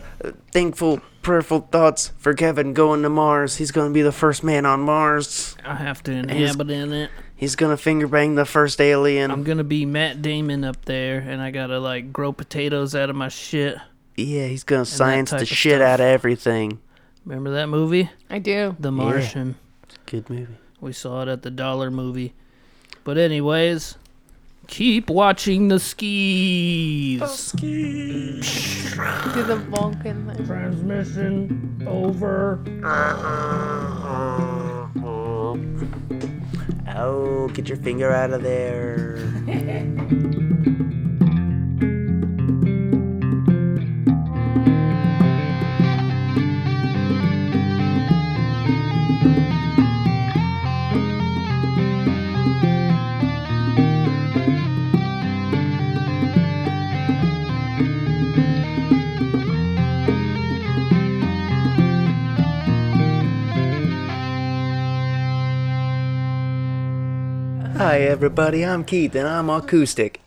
C: thankful, prayerful thoughts for Kevin going to Mars. He's gonna be the first man on Mars.
A: I have to
C: He's-
A: inhabit in it.
C: He's gonna finger bang the first alien.
A: I'm gonna be Matt Damon up there, and I gotta like grow potatoes out of my shit.
C: yeah, he's gonna science
A: type
C: the
A: of
C: shit
A: stuff.
C: out of everything.
A: Remember that movie,
B: I do.
A: The Martian?
C: Good movie.
A: We saw it at the Dollar Movie. But anyways, keep watching the skis.
B: Do the Vulcan thing.
A: Transmission over.
C: Oh, get your finger out of there. Hi, everybody. I'm Keith, and I'm acoustic.